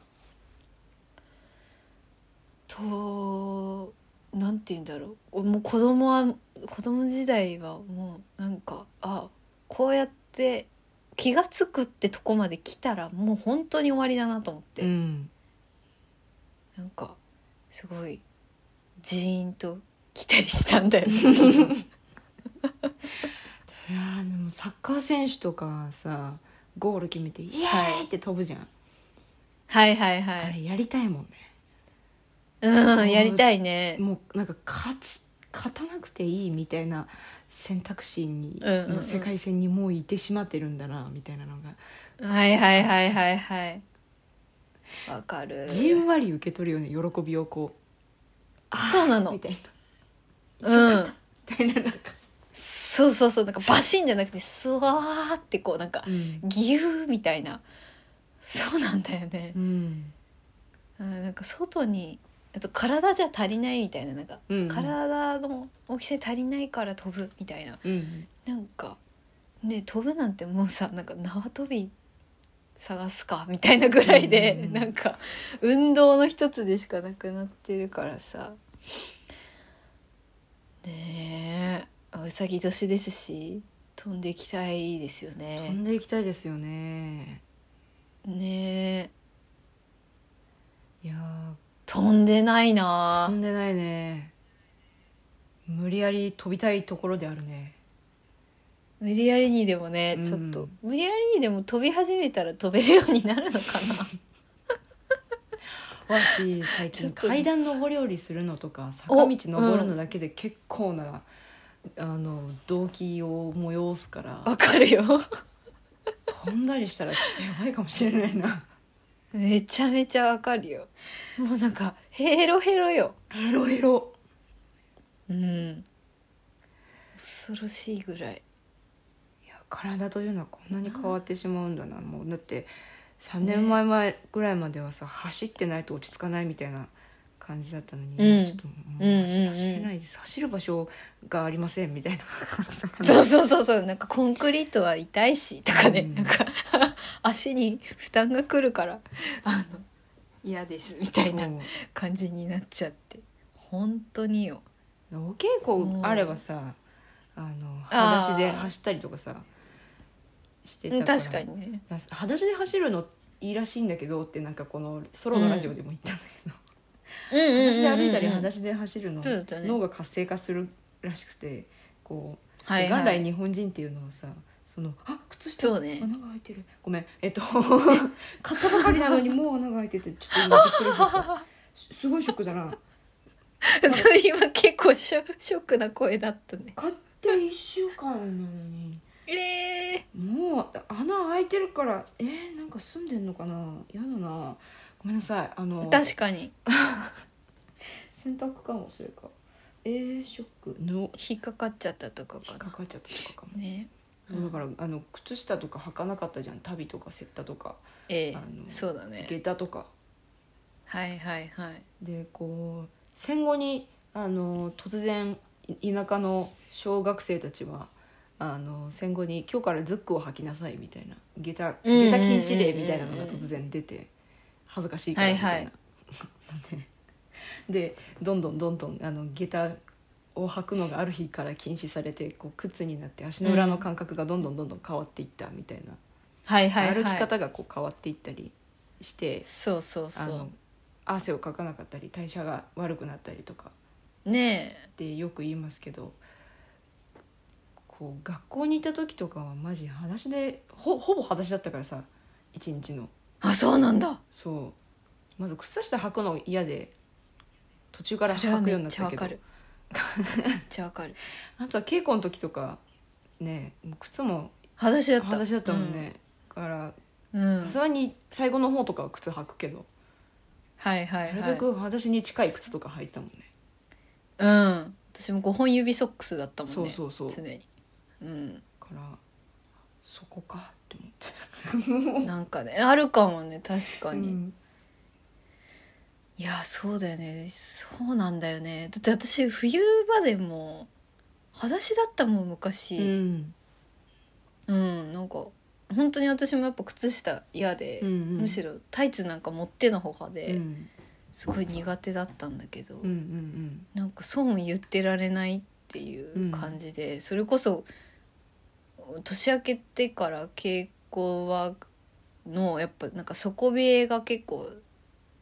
Speaker 1: となんて言うんだろうもう子供は子供時代はもうなんかあこうやって気が付くってとこまで来たらもう本当に終わりだなと思って、
Speaker 2: うん
Speaker 1: なんかすごいジーンと来たりしたんだよ ね
Speaker 2: いやーでもサッカー選手とかさゴール決めてイエーイって飛ぶじゃん、
Speaker 1: はいはいは
Speaker 2: あ
Speaker 1: い
Speaker 2: れやりたいもんね
Speaker 1: うんやりたいね
Speaker 2: もうなんか勝ち勝たなくていいみたいな選択肢に、
Speaker 1: うんうんうん
Speaker 2: の世界線にもういてしまってるんだなみたいなのが
Speaker 1: はいはいはいはいはいわかる
Speaker 2: じんわり受け取るよね喜びをこうあー
Speaker 1: そうなの
Speaker 2: みたいな
Speaker 1: うん
Speaker 2: みたいななんか、
Speaker 1: そうそうそうなんかバシンじゃなくてスワーってこうなんかギューみたいなそうなんだよね
Speaker 2: う、ん
Speaker 1: うん、なんか外にあと体じゃ足りないみたいななんか、
Speaker 2: うんうん
Speaker 1: 体の大きさ足りないから飛ぶみたいな
Speaker 2: うん
Speaker 1: なんかね飛ぶなんてもうさなんか縄跳び探すかみたいなぐらいで、
Speaker 2: うんうん
Speaker 1: なんか運動の一つでしかなくなってるからさねえうさぎ年ですし飛んでいきたいですよね。
Speaker 2: 飛んでいきたいですよね
Speaker 1: ねえ
Speaker 2: いやー
Speaker 1: 飛んでないな
Speaker 2: 飛
Speaker 1: あ
Speaker 2: んでないね無理やり飛びたいところであるね
Speaker 1: 無理やりにでもね、
Speaker 2: うん
Speaker 1: ちょっと無理やりにでも飛び始めたら飛べるようになるのか
Speaker 2: わし 最近
Speaker 1: ちょっと
Speaker 2: 階段上り下りするのとか坂
Speaker 1: お
Speaker 2: 道登るのだけで結構な、あの動機を催すか
Speaker 1: な
Speaker 2: ら
Speaker 1: わかるよ
Speaker 2: 飛んだりしたらちょっとやばいかもしれな いな
Speaker 1: めちゃめちゃわかるよもうなんかヘロヘロよ
Speaker 2: ヘロヘロ
Speaker 1: うん恐ろしいぐらい
Speaker 2: いや体というのはこんなに変わってしまうんだなもうだって3年前前ぐらいまではさ走ってないと落ち着かないみたいな感じだったのに、
Speaker 1: うん
Speaker 2: ちょっともう
Speaker 1: うんうんうん
Speaker 2: 走走れないです走る場所がありませんみたいな感じだか ら
Speaker 1: そうそうそうそうなんかコンクリートは痛いしとかね、
Speaker 2: うん
Speaker 1: なんか 足に負担がくるからあの嫌ですみたいな
Speaker 2: そう
Speaker 1: 感じになっちゃって本当によ
Speaker 2: お稽古あればさあの
Speaker 1: あー
Speaker 2: 裸足で走ったりとかさして
Speaker 1: うん
Speaker 2: たから
Speaker 1: 確かにね
Speaker 2: な裸足で走るのいいらしいんだけどってなんかこのソロのラジオでも言ったんだけ
Speaker 1: うんう
Speaker 2: ど、
Speaker 1: んうんうんうん
Speaker 2: 裸足で歩いたり裸足で走るの、
Speaker 1: そうだったね
Speaker 2: 脳が活性化するらしくてこう、
Speaker 1: はいはい
Speaker 2: 元来日本人っていうのはさそのあ靴下
Speaker 1: そうね
Speaker 2: 穴が開いてるごめんえっと 買ったばかりなのにもう穴が開いててちょっと今びっくりしちゃったすすごいショックだな。
Speaker 1: そう今結構ショショックな声だったね。
Speaker 2: 買って1週間なのに
Speaker 1: え
Speaker 2: もう穴開いてるからえー、なんか住んでんのかな嫌だなごめんなさいあの
Speaker 1: 確かに
Speaker 2: 洗濯かもそれかえー、ショックの
Speaker 1: 引っかかっちゃったとか
Speaker 2: 引っ
Speaker 1: か
Speaker 2: か
Speaker 1: な。
Speaker 2: かっちゃったとかかも、
Speaker 1: ね。
Speaker 2: だからあの靴下とか履かなかったじゃん旅とかセッタとか
Speaker 1: ええ
Speaker 2: あの
Speaker 1: そうだね。
Speaker 2: 下駄とか
Speaker 1: はいはいはい。
Speaker 2: でこう戦後にあの突然い田舎の小学生たちはあの戦後に今日からズックを履きなさいみたいな下駄
Speaker 1: うんうんうんうん
Speaker 2: 下駄禁止令みたいなのが突然出て恥ずかしいからみたいな。
Speaker 1: はいはい
Speaker 2: でどんどんどんどんあの下駄を履くのがある日から禁止されてこう靴になって足の裏の感覚がどんどんどんどん変わっていったみたいな、
Speaker 1: はいはいはい。
Speaker 2: 歩き方がこう変わっていったりして。
Speaker 1: そうそう
Speaker 2: あ
Speaker 1: そ
Speaker 2: の
Speaker 1: う。
Speaker 2: 汗をかかなかったり代謝が悪くなったりとか
Speaker 1: ねえ
Speaker 2: ってよく言いますけどこう学校にいた時とかはマジ裸足でほほぼ裸足だったからさ一日の
Speaker 1: あそうなんだ
Speaker 2: そうまず靴下履くの嫌で途中から
Speaker 1: それは
Speaker 2: 履く
Speaker 1: め
Speaker 2: ように
Speaker 1: っ
Speaker 2: なっ
Speaker 1: ちゃ
Speaker 2: た
Speaker 1: わ
Speaker 2: け
Speaker 1: か
Speaker 2: ど
Speaker 1: る めっちゃわかる
Speaker 2: あとは稽古の時とかねもう靴も
Speaker 1: 裸足だった
Speaker 2: 裸足だったもんね、だから
Speaker 1: うん、うん
Speaker 2: さすがに最後の方とかは靴履くけど、
Speaker 1: はいはい
Speaker 2: な
Speaker 1: は
Speaker 2: る
Speaker 1: い
Speaker 2: べく裸足に近い靴とか履いてたもんね
Speaker 1: うん私も5本指ソックスだったもんね
Speaker 2: そうそうそう
Speaker 1: 常にうん
Speaker 2: からそこかって思って
Speaker 1: なんかねあるかもね確かに、
Speaker 2: うん
Speaker 1: いやそうだよねそうなんだよねだって私冬場でも裸足だったもん
Speaker 2: う
Speaker 1: 昔
Speaker 2: ん
Speaker 1: うん、なんか本当に私もやっぱ靴下嫌で、
Speaker 2: うん
Speaker 1: むしろタイツなんか持ってのほか
Speaker 2: うんう
Speaker 1: で
Speaker 2: ん
Speaker 1: すごい苦手だったんだけど、
Speaker 2: うんうん
Speaker 1: なんかそうも言ってられないっていう感じで、それこそ年明けてから稽古はのやっぱなんか底冷えが結構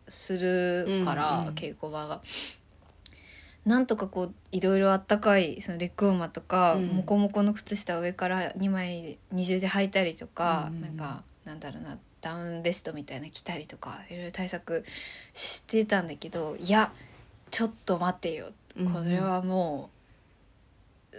Speaker 1: するから、
Speaker 2: うんうん
Speaker 1: 稽古場が。なんとかこういろいろあったかいそのレッグウォーマーとか、
Speaker 2: うん
Speaker 1: モコモコの靴下を上から2枚二重で履いたりとか、
Speaker 2: うんうん
Speaker 1: な
Speaker 2: うんん
Speaker 1: かなんだろうなダウンベストみたいなの着たりとかいろいろ対策してたんだけどいやちょっと待てよ
Speaker 2: うん
Speaker 1: これはも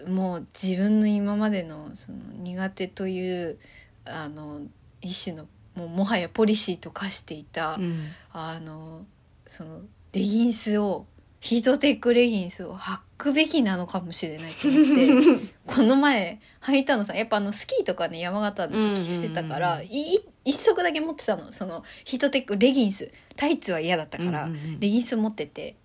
Speaker 1: う、もう自分の今までのその苦手というあの一種のもうもはやポリシーと化していた、
Speaker 2: うん
Speaker 1: あのそのレギンスをヒートテックレギンスを履くべきなのかもしれないと思ってこの前履いたのさやっぱあのスキーとかね山形の時してたから、
Speaker 2: うんうんうん
Speaker 1: い一足だけ持ってたのそのヒートテックレギンスタイツは嫌だったから、
Speaker 2: うんうんうん
Speaker 1: レギンス持ってて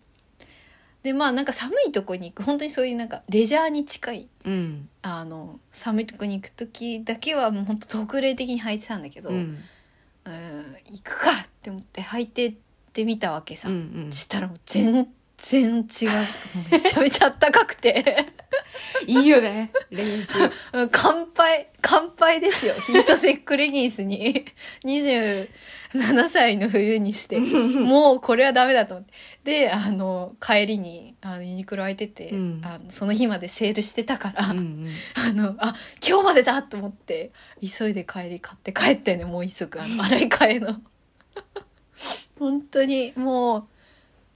Speaker 1: でまあなんか寒いとこに行く本当にそういうなんかレジャーに近い
Speaker 2: うん
Speaker 1: あの寒いとこに行く時だけはもう本当特例的に履いてたんだけど、
Speaker 2: うん
Speaker 1: うん行くかって思って履いてってみたわけさ、
Speaker 2: うんうん
Speaker 1: したらもう全然違うもうめちゃめちゃ暖かくて
Speaker 2: いいよねレギンス
Speaker 1: うん乾杯乾杯ですよヒートテックレギンスに 27歳の冬にして もうこれはダメだと思ってであの帰りにあのユニクロ開いてて、
Speaker 2: うん
Speaker 1: あのその日までセールしてたから、
Speaker 2: うんうん
Speaker 1: あのあ今日までだと思って急いで帰り買って帰ったよねもう一足あの洗い替えの本当にもう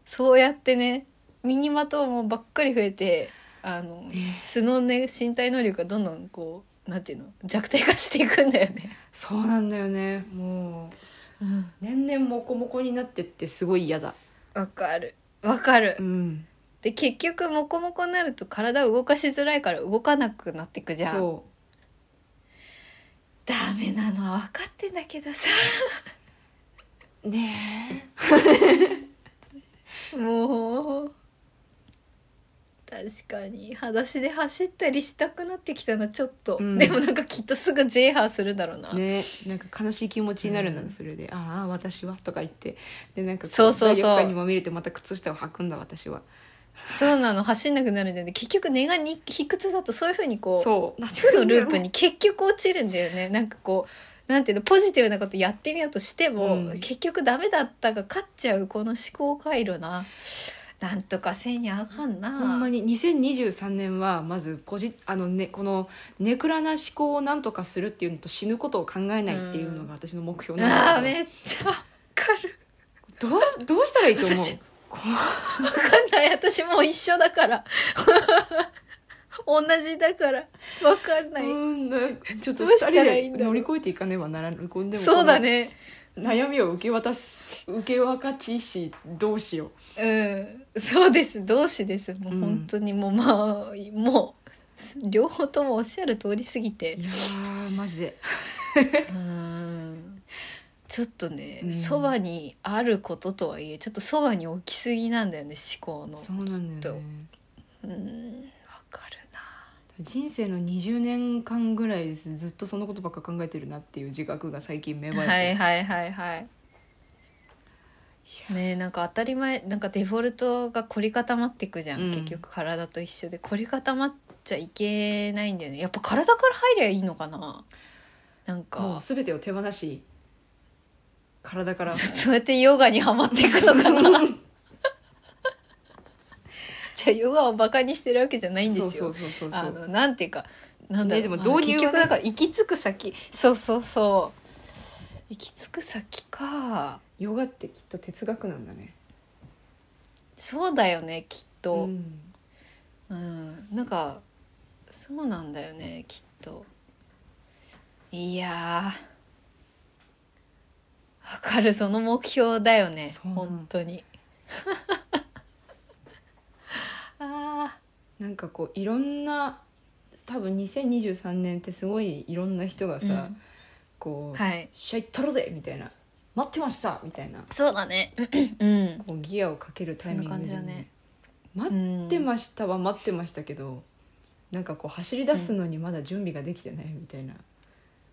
Speaker 1: そうやってねミニマトもばっかり増えてあの、
Speaker 2: ね
Speaker 1: 素のね身体能力がどんどんこうなんていうの弱体化していくんだよね。
Speaker 2: そうなんだよねも
Speaker 1: うん
Speaker 2: う年々モコモコになってってすごい嫌だ
Speaker 1: わかるわかる、
Speaker 2: うん
Speaker 1: で結局モコモコになると体を動かしづらいから動かなくなっていくじゃん
Speaker 2: そ
Speaker 1: ダメなのは分かってんだけどさ
Speaker 2: うね
Speaker 1: もう確かに裸足で走ったりしたくなってきたなちょっと、
Speaker 2: うん
Speaker 1: でもなんかきっとすぐゼーハーするだろうな、
Speaker 2: えねなんか悲しい気持ちになるんだ
Speaker 1: うん
Speaker 2: それで「ああ私は」とか言ってでなんかこ
Speaker 1: そうそうそう
Speaker 2: 罪悪感にまみれてまた靴下を履くんだ私は
Speaker 1: そうなの走んなくなるんじゃなくて結局根がに卑屈だとそういうふうにこう
Speaker 2: そうなん
Speaker 1: 負のループに結局落ちるんだよねなんかこうなんていうのポジティブなことやってみようとしても、
Speaker 2: うん
Speaker 1: 結局ダメだったが勝っちゃうこの思考回路ななんとかせんにあかんな
Speaker 2: ほんまに2023年はまずこじあの、ね、このネクラな思考をなんとかするっていうのと死ぬことを考えないっていうのが私の目標
Speaker 1: あ
Speaker 2: な
Speaker 1: ー
Speaker 2: んだけ
Speaker 1: めっちゃわかる
Speaker 2: どどうどうしたらいいと思う
Speaker 1: 私
Speaker 2: こ
Speaker 1: わかんない私もう一緒だから 同じだからわかんな
Speaker 2: う
Speaker 1: い、
Speaker 2: うんなんかちょっと
Speaker 1: どう
Speaker 2: 二
Speaker 1: した
Speaker 2: 人
Speaker 1: らいいん
Speaker 2: で
Speaker 1: だろう
Speaker 2: 乗り越えていかねばならぬこんでも
Speaker 1: そうだね
Speaker 2: この悩みを受け渡す受け分かちしどうしよう
Speaker 1: うんそうです同志ですもう
Speaker 2: うん
Speaker 1: 本当にもうまあもう両方ともおっしゃる通りすぎて
Speaker 2: いやーマジで
Speaker 1: うんちょっとね
Speaker 2: うん
Speaker 1: そば、にあることとはいえちょっとそばに置きすぎなんだよね思考の
Speaker 2: そうなんだよね
Speaker 1: きっとうんわかるな
Speaker 2: 人生の20年間ぐらいですずっとそのことばっか考えてるなっていう自覚が最近芽生えて、
Speaker 1: はいはいはいはいねえなんか当たり前なんかデフォルトが凝り固まってくじゃん、
Speaker 2: うん
Speaker 1: 結局体と一緒で凝り固まっちゃいけないんだよねやっぱ体から入りゃいいのかななん
Speaker 2: も
Speaker 1: か
Speaker 2: う全てを手放し体か ら
Speaker 1: そうやってヨガにはまっていくのかな じゃあヨガをバカにしてるわけじゃないんですよ
Speaker 2: そうそうそうそう
Speaker 1: あ
Speaker 2: そう
Speaker 1: のなんていうかなんだろう、
Speaker 2: ねでも
Speaker 1: まあ
Speaker 2: 導入
Speaker 1: 結
Speaker 2: はね
Speaker 1: 局だから行き着く先そうそうそう行き着く先か
Speaker 2: ヨガってきっと哲学なんだね
Speaker 1: そうだよねきっと、
Speaker 2: ん
Speaker 1: うん、なんかそうなんだよねきっといやーわかるその目標だよね
Speaker 2: そうなの
Speaker 1: 本当 にあ
Speaker 2: なんかこういろんな多分2023年ってすごいいろんな人が
Speaker 1: あ
Speaker 2: さ、
Speaker 1: うん
Speaker 2: こう、
Speaker 1: はい
Speaker 2: 試合行ったろぜみたいな待ってましたみたいな
Speaker 1: そうだねうん
Speaker 2: こうギアをかけるタイミングで、
Speaker 1: そんな感じだね
Speaker 2: 待ってましたは待ってましたけど、なんかこう走り出すのにまだ準備ができてないみたいな、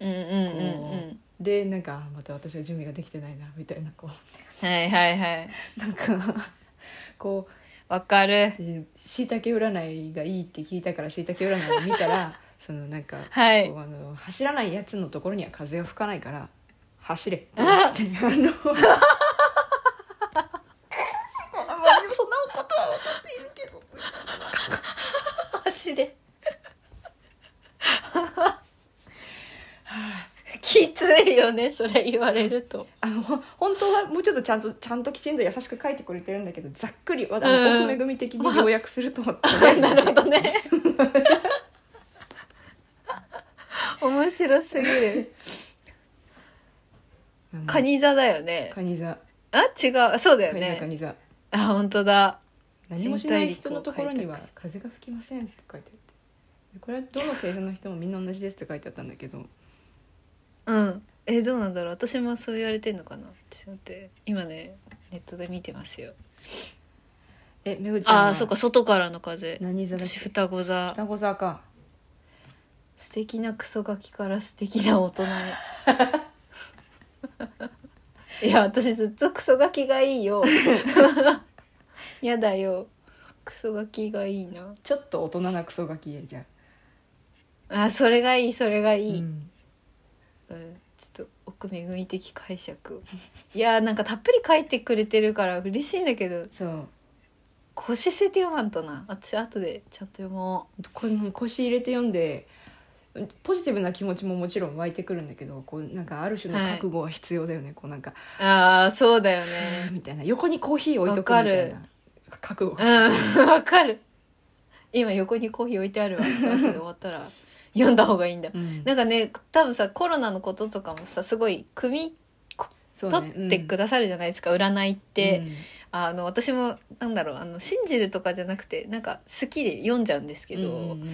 Speaker 1: うんうんうんうん
Speaker 2: でなんかあまた私は準備ができてないなみたいなこ
Speaker 1: はいはいはいう
Speaker 2: なんかこ
Speaker 1: わかる
Speaker 2: うしいたけ占いがいいって聞いたからしいたけ占いを見 たらそのなんか、
Speaker 1: はい
Speaker 2: こうあの走らないやつのところには風が吹かないから 走れって思ってあのそんなことは
Speaker 1: 走れ きついよねそれ言われると
Speaker 2: あのほ本当はもうちょっとちゃんとちゃんときちんと優しく書いてくれてるんだけどざっくりわあ
Speaker 1: うん
Speaker 2: の奥めぐみ的に要約する と
Speaker 1: なるほどね。面白すぎる。
Speaker 2: うん
Speaker 1: カニ座だよね。
Speaker 2: カニ座
Speaker 1: あ、違う、そうだ
Speaker 2: カ
Speaker 1: よ
Speaker 2: ニ座カ
Speaker 1: ね。
Speaker 2: ニ座
Speaker 1: あ、本当だ。
Speaker 2: 何もしない人のところには「風が吹きません」って書いてあってでこれはどの星座の人もみんな同じですって書いてあったんだけど
Speaker 1: うん。え、どうなんだろう。私もそう言われてんのかな。ちょっと待って、今ね、ネットで見てますよ。
Speaker 2: えめぐちゃんは
Speaker 1: あー、そっか、外からの風。
Speaker 2: 何座だっ
Speaker 1: 私
Speaker 2: け
Speaker 1: 双子座。
Speaker 2: 双子座か
Speaker 1: 素敵なクソガキから素敵な大人へ いや私ずっとクソガキがいいよ やだよクソガキがいいな
Speaker 2: ちょっと大人なクソガキじゃあ
Speaker 1: あそれがいいそれがいい、
Speaker 2: う
Speaker 1: うんち
Speaker 2: ん
Speaker 1: ょっと奥めぐみ的解釈いやーなんかたっぷり書いてくれてるから嬉しいんだけど
Speaker 2: そう
Speaker 1: 腰捨てて読まんとな私後でちゃんと読も
Speaker 2: この腰入れて読んでポジティブな気持ちももちろん湧いてくるんだけどこうなんかある種の覚悟は必要だよね、こうなんか
Speaker 1: うああそうだよね
Speaker 2: みたいな横にコーヒー置いとくみたいな覚悟が
Speaker 1: うんわかる今横にコーヒー置いてあるわちょっとで終わったら読んだ方がいいんだ
Speaker 2: うん
Speaker 1: なんかね多分さコロナのこととかもさすごい組み
Speaker 2: そう
Speaker 1: 取
Speaker 2: ね
Speaker 1: ってくださるじゃないですか、占いって、あの私もなんだろうあの信じるとかじゃなくてなんか好きで読んじゃうんですけど、
Speaker 2: うんうんうん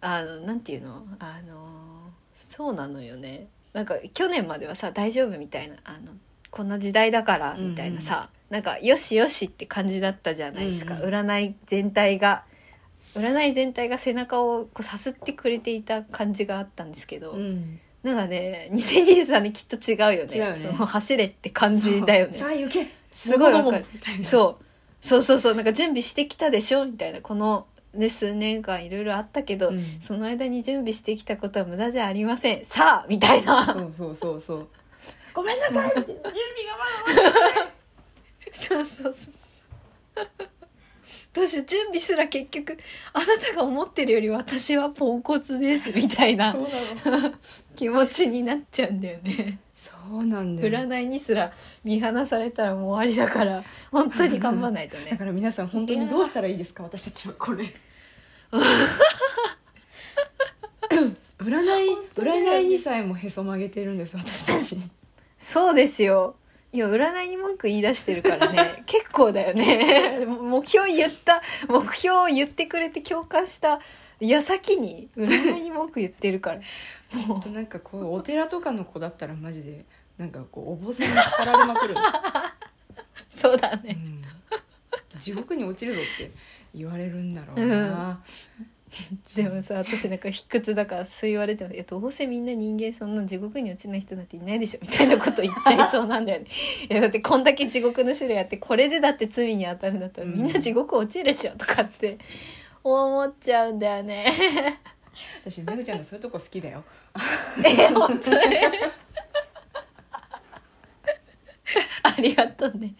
Speaker 1: あのなんていうのあのそうなのよねなんか去年まではさ大丈夫みたいなあのこんな時代だからみたいなさ、なんかよしよしって感じだったじゃないですか、
Speaker 2: うんうん
Speaker 1: 占い全体が占い全体が背中をこうさすってくれていた感じがあったんですけど、
Speaker 2: うん
Speaker 1: なんかね2023年きっと違うよね
Speaker 2: 違うね
Speaker 1: その走れって感じだよね
Speaker 2: さあ行け
Speaker 1: すごいわかる
Speaker 2: みたいな
Speaker 1: そうそうそうそうなんか準備してきたでしょみたいなこの、ね、数年間いろいろあったけど、
Speaker 2: うん
Speaker 1: その間に準備してきたことは無駄じゃありませんさあみたいな
Speaker 2: そうそうそうそうごめんなさい準備がまだ
Speaker 1: そうそうそうどうしよう準備すら結局あなたが思ってるより私はポンコツですみたいな
Speaker 2: まだそうなの
Speaker 1: 気持ちになっちゃうんだよね、
Speaker 2: そうなんだよ
Speaker 1: 占いにすら見放されたらもう終わりだから本当に頑張んないと
Speaker 2: だ
Speaker 1: ね
Speaker 2: から皆さん本当にどうしたらいいですか私たちはこ れ占い占いにさえもへそ曲げてるんです私たち
Speaker 1: そうですよ。いや、占いに文句言い出してるから ね。結構だよね。 目標言った、目標を言ってくれて共感した矢先に、占いに文句言ってるから。も
Speaker 2: なんかこうお寺とかの子だったらマジでなんかこうお坊さんに叱られまくる、
Speaker 1: う、 そうだ
Speaker 2: う
Speaker 1: ね。
Speaker 2: ん地獄に落ちるぞって言われるんだろうな、
Speaker 1: でもさ、私なんか卑屈だからそう言われても、いや、どうせみんな人間そんな地獄に落ちない人なんていないでしょ、みたいなこと言っちゃいそうなん だよね。いや、だってこんだけ地獄の種類あって、これでだって罪に当たるんだったら、
Speaker 2: うん
Speaker 1: みんな地獄落ちるでしょ、とかって思っちゃうんだよね。
Speaker 2: 私めぐちゃんのそういうとこ好きだよ
Speaker 1: え本当にりがとうね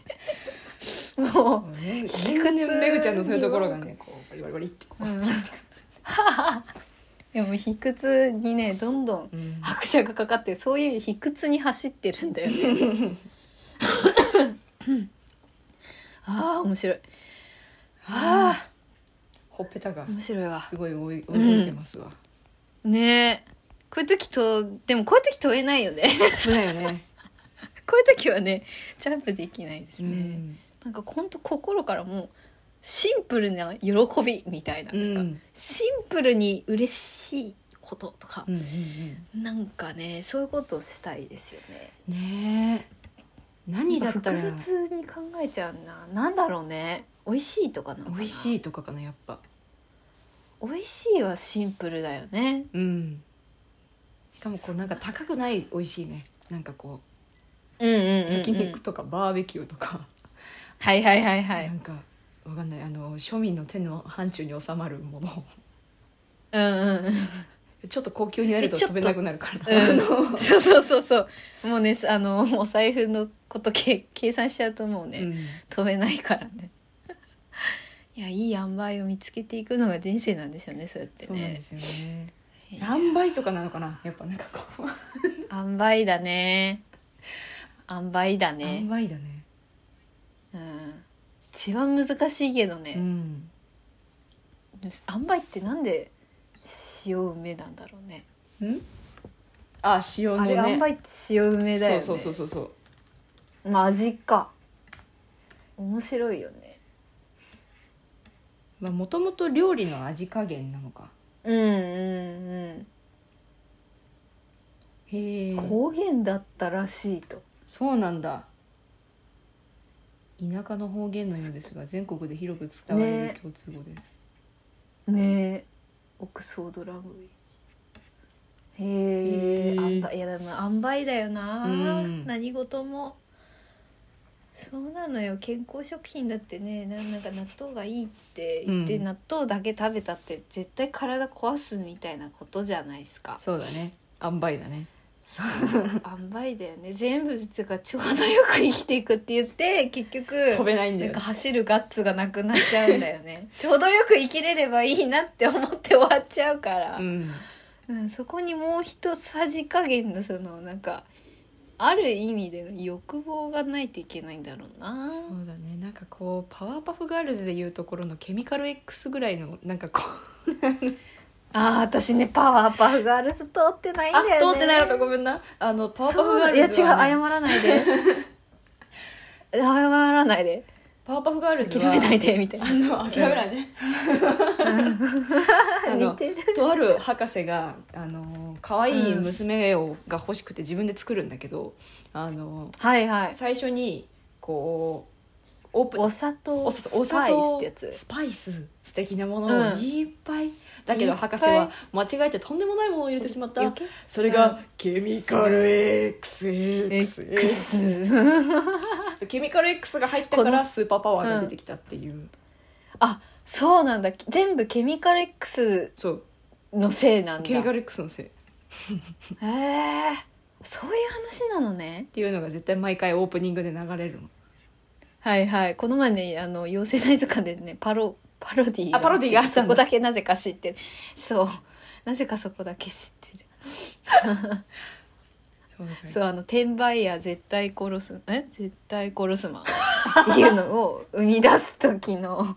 Speaker 1: もう卑
Speaker 2: め
Speaker 1: 屈
Speaker 2: ぐ、めぐちゃんのそういうところがねこうバリバリバリってこう、
Speaker 1: でも卑屈にねどんどん
Speaker 2: うん
Speaker 1: 拍車がかかってそういう卑屈に走ってるんだよねああ面白いあ
Speaker 2: ほっぺたが
Speaker 1: あ面白いわ
Speaker 2: すごい動い動いてますわ、
Speaker 1: ねえこういう時とでもこういう時問えないよね
Speaker 2: そうだよね、
Speaker 1: こういう時はねジャンプできないです
Speaker 2: う
Speaker 1: ね、
Speaker 2: ん
Speaker 1: なんかほんと心からもうシンプルな喜びみたいな,、
Speaker 2: うん、うんう
Speaker 1: なんか
Speaker 2: ん
Speaker 1: シンプルに嬉しいこととか
Speaker 2: う、ん
Speaker 1: なんかねそういうことをしたいですよね
Speaker 2: ねえ何だったら
Speaker 1: 複
Speaker 2: 美
Speaker 1: 雑に考えちゃうななんだろうね美味しいとかなのかな
Speaker 2: 味しいとかかなやっぱ
Speaker 1: 美味しいはシンプルだよね
Speaker 2: うんしかもこうなんか高くない美味しいねなんかこ
Speaker 1: うんうん
Speaker 2: う焼肉とかバーベキューとか、
Speaker 1: はいはいはいは
Speaker 2: ないんかわかんないあの庶民の手の範疇に収まる もの
Speaker 1: うんうん
Speaker 2: ちょっと高級になると
Speaker 1: えちょっ
Speaker 2: 飛
Speaker 1: と
Speaker 2: べなくなるから、
Speaker 1: うん
Speaker 2: あの
Speaker 1: そうそうそうそうもうねあのお財布のことけ計算しちゃうともうね、
Speaker 2: うん
Speaker 1: 飛べないからね いやいい塩梅を見つけていくのが人生なんですよねそうやって
Speaker 2: そうなんで
Speaker 1: ね
Speaker 2: すよね
Speaker 1: いや
Speaker 2: 何倍とかなのかなやっぱなんかこう
Speaker 1: 塩梅だね塩梅だ
Speaker 2: 何
Speaker 1: ね
Speaker 2: 倍だね
Speaker 1: うん一番難しいけどね、
Speaker 2: うん
Speaker 1: 塩梅ってなんで塩梅なんだろうね
Speaker 2: んあ塩の
Speaker 1: あれ
Speaker 2: ね
Speaker 1: 塩梅って塩梅だよね
Speaker 2: そうそうそうそうそう
Speaker 1: マジか面白いよね
Speaker 2: まあもともと料理の味加減なのか
Speaker 1: うんうん
Speaker 2: へ
Speaker 1: う
Speaker 2: え
Speaker 1: ん方言だったらしいと
Speaker 2: そうなんだ田舎の方言のようですが全国で広く伝われ
Speaker 1: ね
Speaker 2: る共通語です、
Speaker 1: ねえオックスフォードラングイへ
Speaker 2: へ
Speaker 1: え
Speaker 2: え
Speaker 1: あんばいやでもあんばいだよな、
Speaker 2: うん
Speaker 1: 何事もそうなのよ健康食品だってねななんか納豆がいいって言って、
Speaker 2: うん
Speaker 1: 納豆だけ食べたって絶対体壊すみたいなことじゃないですか
Speaker 2: そうだね塩梅だね
Speaker 1: そうあんばいだよね全部っていうかちょうどよく生きていくって言って結局
Speaker 2: 飛べないん
Speaker 1: な
Speaker 2: だ
Speaker 1: ん
Speaker 2: よ
Speaker 1: か走るガッツがなくなっちゃうんだよね ちょうどよく生きれればいいなって思って終わっちゃうから、
Speaker 2: う
Speaker 1: うん
Speaker 2: ん
Speaker 1: そこにもう一さじ加減のそのなんかある意味での欲望がないといけないんだろうな
Speaker 2: そうだねなんかこうパワーパフガールズでいうところのケミカル X ぐらいのなんかこう
Speaker 1: あー私ねパワーパフガールズ通ってないん
Speaker 2: あ
Speaker 1: だよね
Speaker 2: 通ってないのかごめんなあのパワーパフガ
Speaker 1: そうい
Speaker 2: ー
Speaker 1: や
Speaker 2: ルズ
Speaker 1: 違う謝
Speaker 2: はね、
Speaker 1: らないで 謝らないで
Speaker 2: パワーパフガールズ
Speaker 1: 諦
Speaker 2: は
Speaker 1: めないでみたいな
Speaker 2: あの諦めないで あの
Speaker 1: 似てる
Speaker 2: とある博士があの可愛い娘をが欲しくて自分で作るんだけどあの
Speaker 1: はいはい
Speaker 2: 最初にこうオープン
Speaker 1: お砂糖
Speaker 2: お砂糖お
Speaker 1: ス
Speaker 2: 砂
Speaker 1: パイス
Speaker 2: 糖
Speaker 1: ってやつ
Speaker 2: スパイス素敵なものを
Speaker 1: うん
Speaker 2: いっぱい、だけ
Speaker 1: い
Speaker 2: ど
Speaker 1: っぱい
Speaker 2: 博士は間違えてとんでもないものを入れてしまった
Speaker 1: 余計
Speaker 2: それ
Speaker 1: うん
Speaker 2: がケミカル XX,
Speaker 1: X
Speaker 2: ケミカル X が入ったか
Speaker 1: この
Speaker 2: らスーパーパワーが出てきたっていう、
Speaker 1: あそうなんだ全部ケミカル X
Speaker 2: そう
Speaker 1: のせいなんだ
Speaker 2: ケミカ
Speaker 1: へ
Speaker 2: ル X のせいっ
Speaker 1: えそういう話なのね
Speaker 2: ていうのが絶対毎回オープニングで流れるの
Speaker 1: はいはいこの前ねあの妖精大図鑑でねパロパロディ
Speaker 2: あパロディがあった
Speaker 1: そ
Speaker 2: んだ
Speaker 1: こだけなぜか知ってるそうなぜかそこだけ知ってる
Speaker 2: そう だから
Speaker 1: そうあの転売屋絶対殺すえ絶対殺すまん っていうのを生み出す時の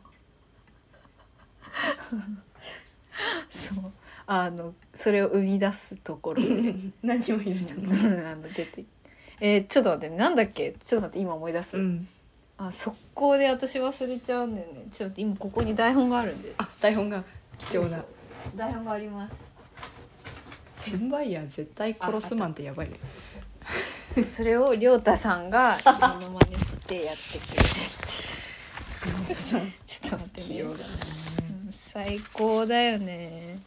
Speaker 1: そうあのそれを生み出すと ころで
Speaker 2: 何を入れたの、
Speaker 1: うんあの出てえーちょっと待ってなんだっけちょっと待って今思い出す、
Speaker 2: うん、
Speaker 1: あ速攻で私忘れちゃうんだよねちょっと待って今ここに台本があるんです
Speaker 2: あ台本が貴重
Speaker 1: そ
Speaker 2: な
Speaker 1: うそう台本があります
Speaker 2: 転売屋絶対殺すマンってやばいね
Speaker 1: それを亮太さんがモノマネしてやってくれるってちょっと待って
Speaker 2: 器
Speaker 1: ね
Speaker 2: 用だね
Speaker 1: うん最高だよね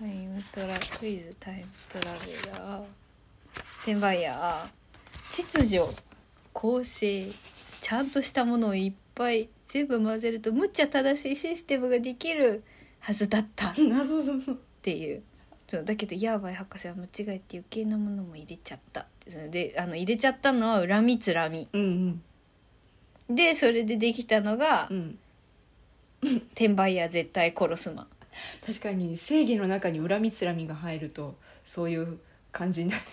Speaker 1: タイムトラクイズタイムトラベラー転売ヤー秩序構成ちゃんとしたものをいっぱい全部混ぜるとむっちゃ正しいシステムができるはずだったっ
Speaker 2: うんあ そうそうそう
Speaker 1: ていうそうだけどヤーバイ博士は間違えて余計なものも入れちゃったであの入れちゃったのは恨みつらみ
Speaker 2: うんうん
Speaker 1: でそれでできたのが
Speaker 2: う、ん
Speaker 1: 転売屋絶対殺すマン
Speaker 2: 確かに正義の中に恨みつらみが入るとそういう感じになって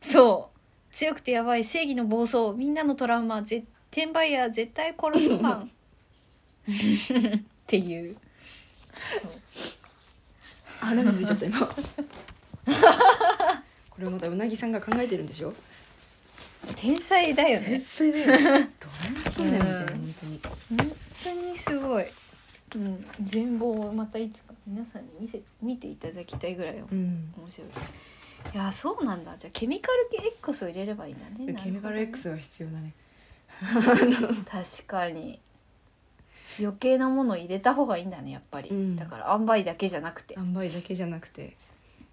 Speaker 1: そう強くてやばい正義の暴走みんなのトラウマぜ転売屋絶対殺すマンっていうそう
Speaker 2: あ涙出ちゃった今 これまたうなぎさんが考えてるんでしょ
Speaker 1: 天才だよね
Speaker 2: 才だよどうやってんだよみたいな
Speaker 1: うん
Speaker 2: 本当に
Speaker 1: 本当にすごい、うん、全貌をまたいつか皆さんに見せ見ていただきたいぐらい面
Speaker 2: うん
Speaker 1: 白いいやそうなんだじゃあケミカル X を入れればいいんだね
Speaker 2: ケミカル
Speaker 1: なる
Speaker 2: X が必要だね
Speaker 1: ほどね確かに余計なものを入れた方がいいんだねやっぱり、
Speaker 2: うん
Speaker 1: だから塩梅だけじゃなくて
Speaker 2: 塩梅だけじゃなくて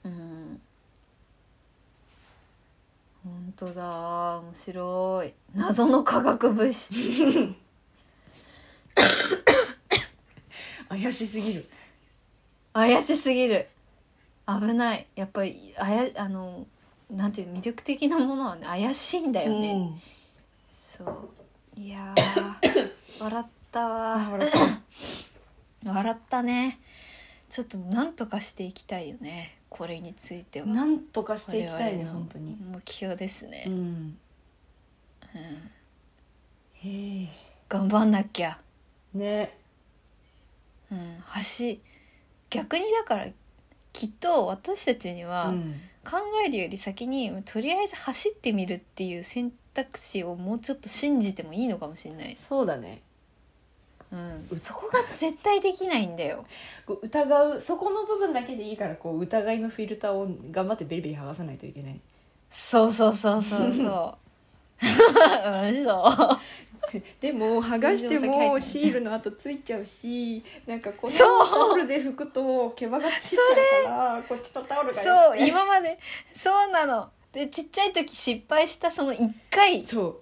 Speaker 1: うん本当だ面白い謎の化学物質
Speaker 2: 怪しすぎる
Speaker 1: 怪しすぎる危ないやっぱりあやあのなんていう魅力的なものはね怪しいんだよね、
Speaker 2: うん
Speaker 1: そういやー笑った
Speaker 2: あ
Speaker 1: わ
Speaker 2: 笑った
Speaker 1: 笑ったねちょっとなんとかしていきたいよねこれについては
Speaker 2: なんとかしていきたい
Speaker 1: 我
Speaker 2: ね
Speaker 1: 々の
Speaker 2: 本当に
Speaker 1: 目標ですね、
Speaker 2: うん
Speaker 1: うん
Speaker 2: へえ
Speaker 1: 頑張んなきゃ
Speaker 2: ね
Speaker 1: うん、橋逆にだからきっと私たちに
Speaker 2: う
Speaker 1: は
Speaker 2: ん
Speaker 1: 考えるより先に、とりあえず走ってみるっていう選択肢をもうちょっと信じてもいいのかもしれない、
Speaker 2: そうだね
Speaker 1: うん、そこが絶対できないんだよ
Speaker 2: こう疑うそこの部分だけでいいからこう疑いのフィルターを頑張ってベリベリ剥がさないといけない
Speaker 1: そうそうそうそうそう うんそう
Speaker 2: でも剥がして
Speaker 1: 全然お酒入ってな
Speaker 2: も
Speaker 1: い
Speaker 2: シールの跡ついちゃうしなんかこの
Speaker 1: そう
Speaker 2: タオルで拭くと毛羽がついちゃうからこっちとタオルが
Speaker 1: そう
Speaker 2: よくて
Speaker 1: 今までそうなのでちっちゃい時失敗したその1回
Speaker 2: そ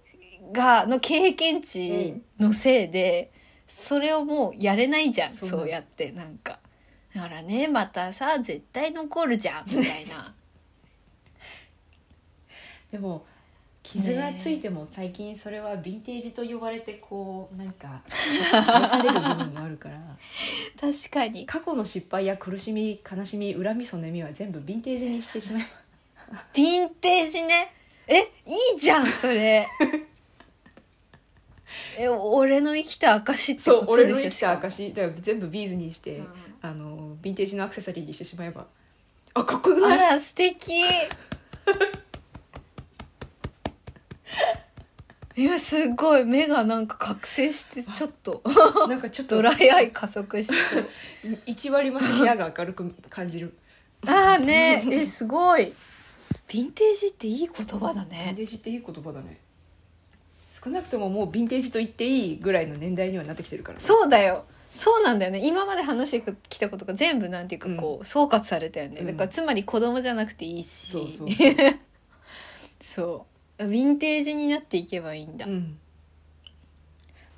Speaker 1: がの経験値のせいで、それをもうやれないじゃんそ
Speaker 2: そ
Speaker 1: うう
Speaker 2: なの
Speaker 1: やってなんかだからねまたさ絶対残るじゃんみたい な
Speaker 2: うでも傷がついても最近それはヴィンテージと呼ばれてこうなんか愛される部分がある から
Speaker 1: 確かに
Speaker 2: 過去の失敗や苦しみ悲しみ恨みそねみは全部ヴィンテージにしてしまいます
Speaker 1: ヴィンテージねえいいじゃんそ れえ俺の生きた証って
Speaker 2: そう
Speaker 1: こと
Speaker 2: 俺
Speaker 1: で
Speaker 2: の
Speaker 1: し
Speaker 2: 生
Speaker 1: ょ
Speaker 2: き
Speaker 1: したかも
Speaker 2: 証だから全部ビーズにして、
Speaker 1: うん
Speaker 2: あのヴィンテージのアクセサリーにしてしまえばあかっこよくな
Speaker 1: あ
Speaker 2: い
Speaker 1: ら素敵 いやすごい目がなんか覚醒してちょっと
Speaker 2: なんかちょっと
Speaker 1: ドライアイ加速してそう
Speaker 2: 一割増し部屋が明るく感じ る
Speaker 1: ああねえすごいヴィンテージっていい言葉だ
Speaker 2: ヴィン
Speaker 1: ね
Speaker 2: テージっていい言葉だね少なくとももうヴィンテージと言っていいぐらいの年代にはなってきてるから
Speaker 1: そうだよそうなんだよね今まで話してきたことが全部なんていうかこう、総括されたよね
Speaker 2: うん
Speaker 1: だからつまり子供じゃなくていいし
Speaker 2: そうそう
Speaker 1: そうヴィンテージになっていけばいいんだ、
Speaker 2: うん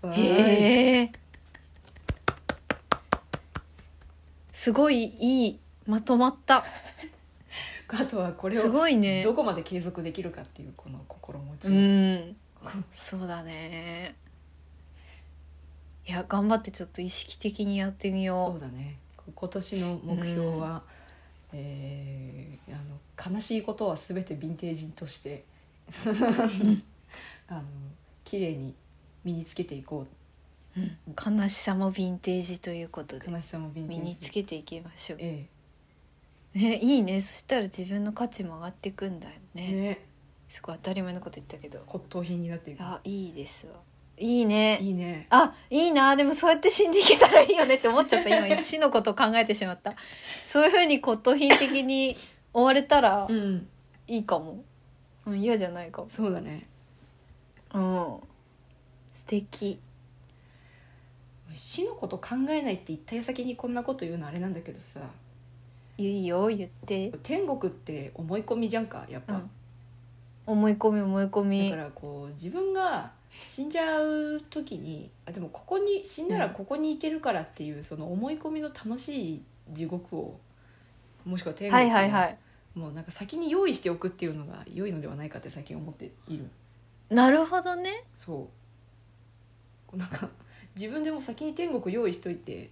Speaker 2: わーい
Speaker 1: へえすごいいいまとまった
Speaker 2: あとはこれ
Speaker 1: す
Speaker 2: を
Speaker 1: ごいね
Speaker 2: どこまで継続できるかっていうこの心持ち、
Speaker 1: うん、そうだね。いや、頑張ってちょっと意識的にやってみ
Speaker 2: そ
Speaker 1: よ
Speaker 2: うだね今年の目標は、えーあの悲しいことは全てヴィンテージとして あの綺麗に身につけていこ
Speaker 1: う。うん悲しさもヴィンテージということ
Speaker 2: う
Speaker 1: で
Speaker 2: 悲しさもヴィンテージ
Speaker 1: 身につけていきましょう。
Speaker 2: え
Speaker 1: ね、いいね。そしたら自分の価値も上がっていくんだよ
Speaker 2: え
Speaker 1: ね。
Speaker 2: ね
Speaker 1: すごい当たり前のこと言ったけど。
Speaker 2: 骨董品になっていく
Speaker 1: あ、いいですわ。いいね。
Speaker 2: いいね
Speaker 1: あ、いいな。でもそうやって死んでいけたらいいよねって思っちゃった。 今、死のことを考えてしまった。そういうふうに骨董品的に追われたら
Speaker 2: うん
Speaker 1: いいかも。うん、嫌じゃないかも。
Speaker 2: そうだね
Speaker 1: うん素敵
Speaker 2: 死のこと考えないって言った矢先にこんなこと言うのあれなんだけどさ
Speaker 1: いいよ言って、
Speaker 2: 天国って思い込みじゃんかやっ
Speaker 1: う
Speaker 2: ぱ、
Speaker 1: ん、思い込み思い込み
Speaker 2: だからこう自分が死んじゃう時にあでもここに死んだらここに行けるからっていう、その思い込みの楽しい地獄をもしくは天
Speaker 1: は
Speaker 2: 国
Speaker 1: いはいは
Speaker 2: を
Speaker 1: い
Speaker 2: もうなんか先に用意しておくっていうのが良いのではないかって最近思っている
Speaker 1: なるほどね
Speaker 2: そうこうなんか自分でも先に天国用意しといて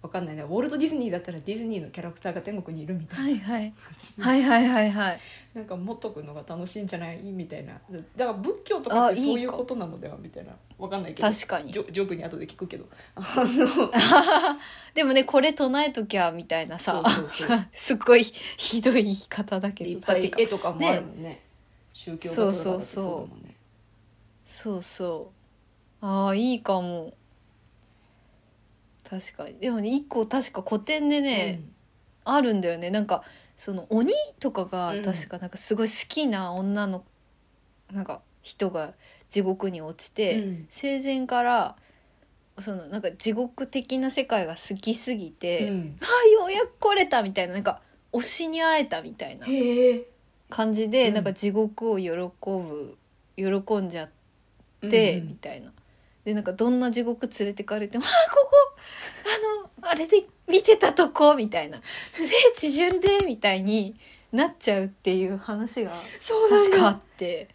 Speaker 2: わかんないなウォルト・ディズニーだったらディズニーのキャラクターが天国にいるみたいな
Speaker 1: はいはい
Speaker 2: 感じで、
Speaker 1: はいはいはいはい
Speaker 2: なんか持っとくのが楽しいんじゃないみたいなだだから仏教とかって
Speaker 1: あいい
Speaker 2: そういう
Speaker 1: か
Speaker 2: ことなのではみたいなわかんないけど
Speaker 1: 確かに
Speaker 2: ジョジョークに後で聞くけどあの
Speaker 1: でもねこれ唱えときゃみたいなさ
Speaker 2: そうそうそう
Speaker 1: すごいひどい言い方だけ
Speaker 2: いっ
Speaker 1: ど
Speaker 2: ぱ
Speaker 1: だ
Speaker 2: い
Speaker 1: って
Speaker 2: 絵とかもあるもんね宗教画とかだってそうだもんね
Speaker 1: そうそうああいいかも確かにでもね一個確か古典でね、あるんだよねなんかその鬼とかが
Speaker 2: うん
Speaker 1: 確かなんかすごい好きな女のなんか人が地獄に落ちて、
Speaker 2: うん
Speaker 1: 生前からそのなんか地獄的な世界が好きすぎ
Speaker 2: うんう
Speaker 1: て、
Speaker 2: ん
Speaker 1: ああようやく来れたみたいななんか推しに会えたみたいな
Speaker 2: へえ
Speaker 1: 感じで、
Speaker 2: うん
Speaker 1: なんか地獄を喜ぶ喜んじゃって、みたいな。でなんかどんな地獄連れてかれても「あーここあのあれで見てたとこ」みたいな「聖地巡礼」みたいになっちゃうっていう話が
Speaker 2: そうなん
Speaker 1: 確
Speaker 2: だ
Speaker 1: かあって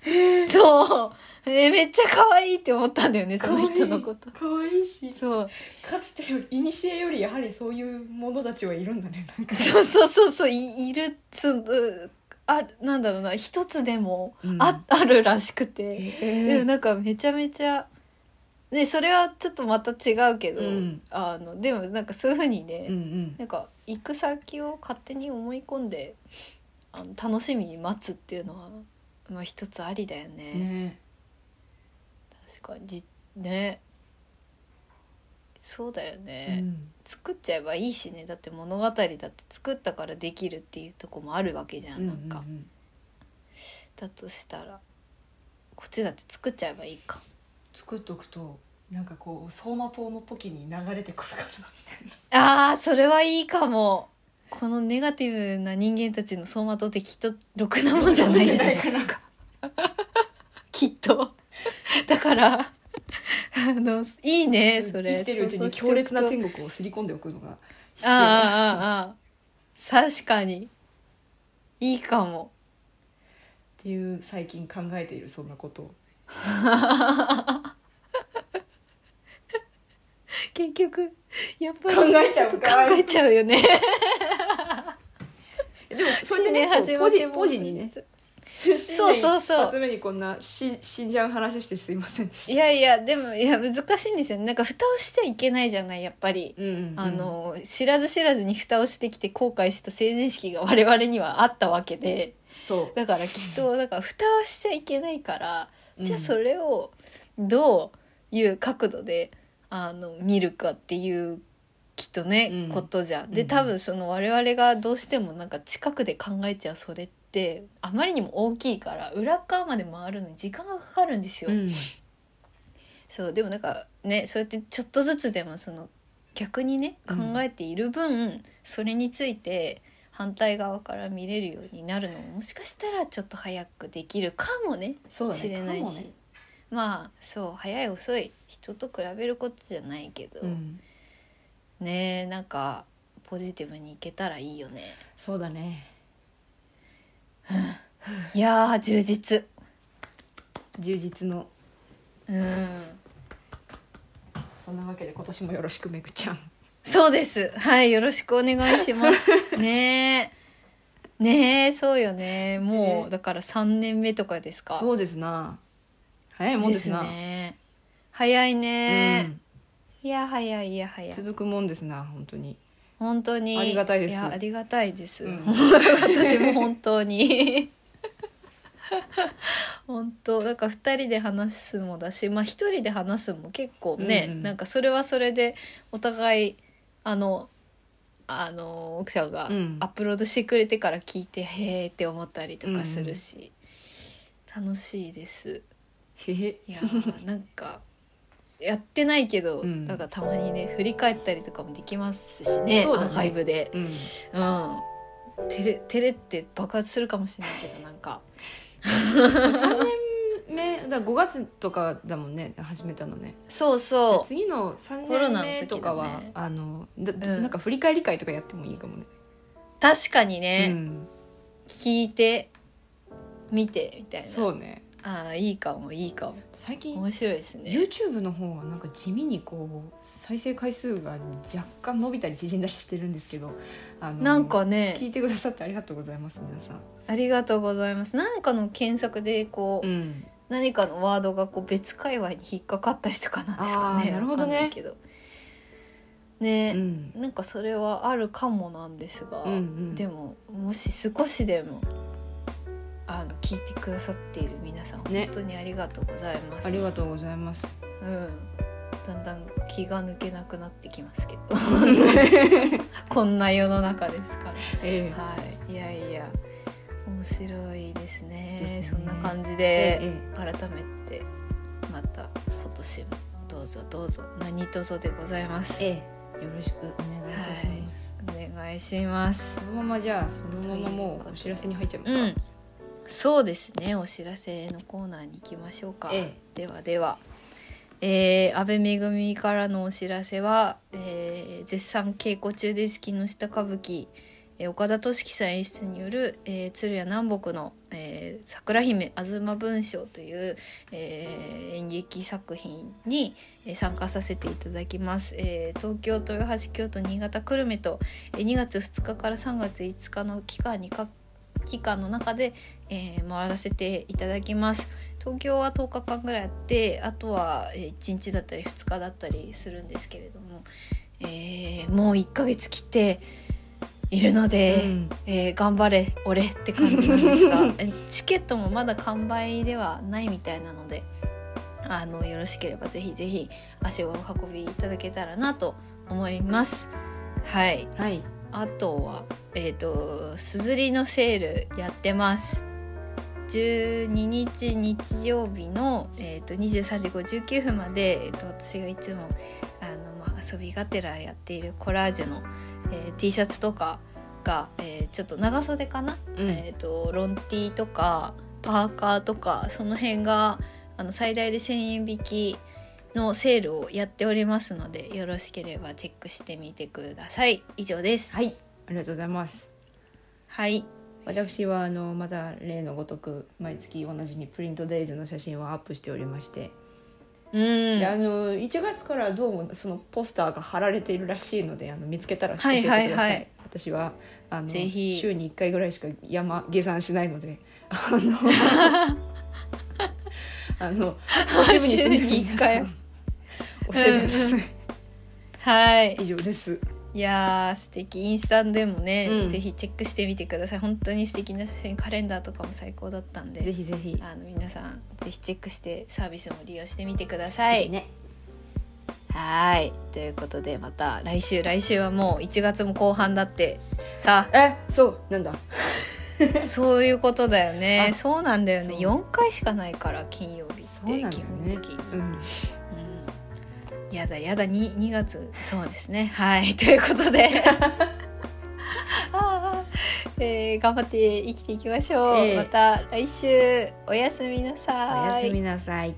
Speaker 1: そうえめっちゃ可愛いって思ったんだよねその人のこと。
Speaker 2: 可愛いいし
Speaker 1: そう
Speaker 2: かつてより古よりやはりそういう者たちはいるんだねなんか
Speaker 1: そうそうそうそういいるつうあなんだろうな一つでもあ,、あるらしくて。でも
Speaker 2: え
Speaker 1: なんかめちゃめちゃ、ね、それはちょっとまた違うけど、
Speaker 2: うん
Speaker 1: あのでもなんかそういうふうにね、
Speaker 2: うんうん
Speaker 1: なんか行く先を勝手に思い込んであの楽しみに待つっていうのは、まあ、一つありだよね。
Speaker 2: ね
Speaker 1: 確かにじねそうだよ
Speaker 2: う
Speaker 1: ね、
Speaker 2: ん
Speaker 1: 作っちゃえばいいしねだって物語だって作ったからできるっていうとこもあるわけじゃん、なんか
Speaker 2: うううん
Speaker 1: だとしたらこっちだって作っちゃえばいいか
Speaker 2: 作っとくとなんかこう走馬灯の時に流れてくるかなみたい
Speaker 1: あーそれはいいかもこのネガティブな人間たちの走馬灯ってきっとろくなもんじゃないじゃないです かきっとだからあのいいね
Speaker 2: な
Speaker 1: それ
Speaker 2: 生きてるうち
Speaker 1: 想
Speaker 2: に
Speaker 1: 像してお
Speaker 2: 強
Speaker 1: く
Speaker 2: 烈な
Speaker 1: と
Speaker 2: 天国をすり込んでおくのが必
Speaker 1: あ
Speaker 2: 要
Speaker 1: あ
Speaker 2: だ
Speaker 1: ああああ確かにいいかも
Speaker 2: っていう最近考えているそんなことを
Speaker 1: 結局やっぱり
Speaker 2: 考えちゃ
Speaker 1: ちょ
Speaker 2: う
Speaker 1: っ
Speaker 2: ん
Speaker 1: と
Speaker 2: かい
Speaker 1: 考えちゃうよね
Speaker 2: でもそれでね
Speaker 1: 新年
Speaker 2: こうポジ
Speaker 1: もう
Speaker 2: ポジに ね
Speaker 1: そうそうそう
Speaker 2: 新年一発目にこんなし死んじゃう話してすいませんでし
Speaker 1: い
Speaker 2: た
Speaker 1: やいやでもいや難しいんですよねなんか蓋をしちゃいけないじゃないやっぱり
Speaker 2: うんうんうん
Speaker 1: あの知らず知らずに蓋をしてきて後悔した成人式が我々にはあったわけで
Speaker 2: そ
Speaker 1: だからきっとだから蓋をしちゃいけないから、
Speaker 2: う
Speaker 1: じゃあそ
Speaker 2: れ
Speaker 1: れをどういう角度であの見るかっていうきっとね、
Speaker 2: うん
Speaker 1: ことじゃん。
Speaker 2: う
Speaker 1: で
Speaker 2: ん
Speaker 1: 多分その我々がどうしてもなんか近くで考えちゃうそれってあまりにも大きいから裏側まで回るのに時間がかかるんですよ。
Speaker 2: うん
Speaker 1: そうでもなんかねそうやってちょっとずつでもその逆にね
Speaker 2: う
Speaker 1: 考
Speaker 2: ん
Speaker 1: えている分、それについて反対側から見れるようになるのももしかしたらちょっと早くできるかもね
Speaker 2: そうだね
Speaker 1: 知れない
Speaker 2: かも
Speaker 1: し、
Speaker 2: ね
Speaker 1: まあそう早い遅い人と比べることじゃないけど、
Speaker 2: うん
Speaker 1: ねえなんかポジティブにいけたらいいよね。
Speaker 2: そうだね
Speaker 1: いやー充実
Speaker 2: 充実の
Speaker 1: うん
Speaker 2: そんなわけで今年もよろしくめぐちゃん
Speaker 1: そうです。はい、よろしくお願いします。ねえ。ねえ、そうよね。もう、
Speaker 2: ね
Speaker 1: だから三年目とかですか。
Speaker 2: そうですな早いもんですな
Speaker 1: ね。早いね。
Speaker 2: うん
Speaker 1: いや、早い、いや、早い。
Speaker 2: 続くもんですな本当に
Speaker 1: 本当に。
Speaker 2: ありがたいです
Speaker 1: や、ありがたいです。
Speaker 2: うん
Speaker 1: 私も本当 に。本当だから2人で話すもだしまあ1人で話すも結構ね、
Speaker 2: うんうん
Speaker 1: なんかそれはそれでお互いあのあの奥さんが
Speaker 2: うん
Speaker 1: アップロードしてくれてから聞いて、へえって思ったりとかするし、楽しいです
Speaker 2: へへ
Speaker 1: いや ーなんかやってないけど、
Speaker 2: うん
Speaker 1: なんかたまにね振り返ったりとかもできますしね
Speaker 2: そうだ
Speaker 1: ア
Speaker 2: ね
Speaker 1: ーカイブで。
Speaker 2: うん
Speaker 1: うん照れ照れって爆発するかもしれないけどなんか
Speaker 2: ねだから5月とかだもんね始めたのね
Speaker 1: そうそう
Speaker 2: 次の3
Speaker 1: コロナの時だね
Speaker 2: 年目とかは、あのだ
Speaker 1: ん
Speaker 2: なんか振り返り会とかやってもいいかもね、
Speaker 1: 確かにね、
Speaker 2: うん
Speaker 1: 聞いて見てみたいな
Speaker 2: そうね
Speaker 1: ああいいかもいいかも
Speaker 2: 最近
Speaker 1: 面白いですね
Speaker 2: YouTube の方はなんか地味にこう再生回数が若干伸びたり縮んだりしてるんですけどあの
Speaker 1: なんか
Speaker 2: 聞
Speaker 1: ね
Speaker 2: いてくださってありがとうございます皆さん、
Speaker 1: ありがとうございます何かの検索でこう、
Speaker 2: ん、
Speaker 1: 何かのワードがこう別界隈に引っかかったりとかなんですか
Speaker 2: あー
Speaker 1: ね
Speaker 2: なるほ
Speaker 1: わ
Speaker 2: どね
Speaker 1: かんないけどね、
Speaker 2: うん、
Speaker 1: なんかそれはあるかもなんですが、
Speaker 2: うんうん
Speaker 1: でももし少しでもあの聞いてくださっている皆さん、
Speaker 2: ね
Speaker 1: 本当にありがとうございます
Speaker 2: ありがとうございます
Speaker 1: うん、だんだん気が抜けなくなってきます けどこんな世の中ですから
Speaker 2: え
Speaker 1: はい、いやいや面白いですね
Speaker 2: です
Speaker 1: そ
Speaker 2: ね
Speaker 1: んな感じ
Speaker 2: え
Speaker 1: で
Speaker 2: え
Speaker 1: 改めてまた今年もどうぞどうぞ何卒でございます
Speaker 2: ええよろしくお願いいたします、
Speaker 1: お願いします
Speaker 2: そのままじゃあそのままもうお知らせに入っちゃいま
Speaker 1: う
Speaker 2: すか、
Speaker 1: んそうですねお知らせのコーナーに行きましょうか、
Speaker 2: え
Speaker 1: ではではえー、安倍恵美からのお知らせは、えー絶賛稽古中です木下歌舞伎、えー岡田敏樹さん演出による、えー鶴屋南北の、えー桜姫東文章という、えー演劇作品に、えー参加させていただきます、えー東京豊橋京都新潟久留米と、えー2月2日から3月5日の期間にか期間の中で、えー回らせていただきます東京は10日間ぐらいあってあとはえー1日だったり2日だったりするんですけれども、えーもう1ヶ月切っているので、
Speaker 2: うん
Speaker 1: えー頑張れ俺って感じなんです がえチケットもまだ完売ではないみたいなのであのよろしければぜひぜひ足をお運びいただけたらなと思います。はい、
Speaker 2: はい
Speaker 1: あとはえっ、とすずりのセールやってます。12日日曜日の、えー、と23時59分まで、えー、と私がいつもあの、まあ、遊びがてらやっているコラージュの、えー T シャツとかが、えーちょっと長袖かな、
Speaker 2: うん
Speaker 1: えー、とロンティーとかパーカーとかその辺があの最大で1,000円引きのセールをやっておりますのでよろしければチェックしてみてください以上です
Speaker 2: はいありがとうございます
Speaker 1: はい、
Speaker 2: 私はあのまた例のごとく毎月おなじみプリントデイズの写真をアップしておりまして、
Speaker 1: うん
Speaker 2: であの1月からどうもそのポスターが貼られているらしいのであの見つけたら教えてください、
Speaker 1: はいはいはい
Speaker 2: 私はあの
Speaker 1: ぜひ
Speaker 2: 週に1回ぐらいしか山下山しないのであのあの都市部に住んでる皆さ
Speaker 1: 週に
Speaker 2: ん教えてください、
Speaker 1: はい
Speaker 2: 以上です
Speaker 1: いやー素敵インスタでもね、
Speaker 2: うん
Speaker 1: ぜひチェックしてみてください本当に素敵な写真カレンダーとかも最高だったんで
Speaker 2: ぜひぜひ、
Speaker 1: あの皆さんぜひチェックしてサービスも利用してみてください。
Speaker 2: ね
Speaker 1: はいということでまた来週来週はもう1月も後半だってさ
Speaker 2: えそうなんだ
Speaker 1: あそういうことだよね
Speaker 2: あ
Speaker 1: そうなんだよね
Speaker 2: そう
Speaker 1: 4回しかないから金曜日
Speaker 2: そうなんだよ
Speaker 1: って基本
Speaker 2: ね
Speaker 1: 的に。
Speaker 2: うん
Speaker 1: うんやだやだ 2, 2月そうですねはい ということであー、えー頑張って生きていきましょう、
Speaker 2: ええ
Speaker 1: また来週おやすみなさ
Speaker 2: おやすみなさい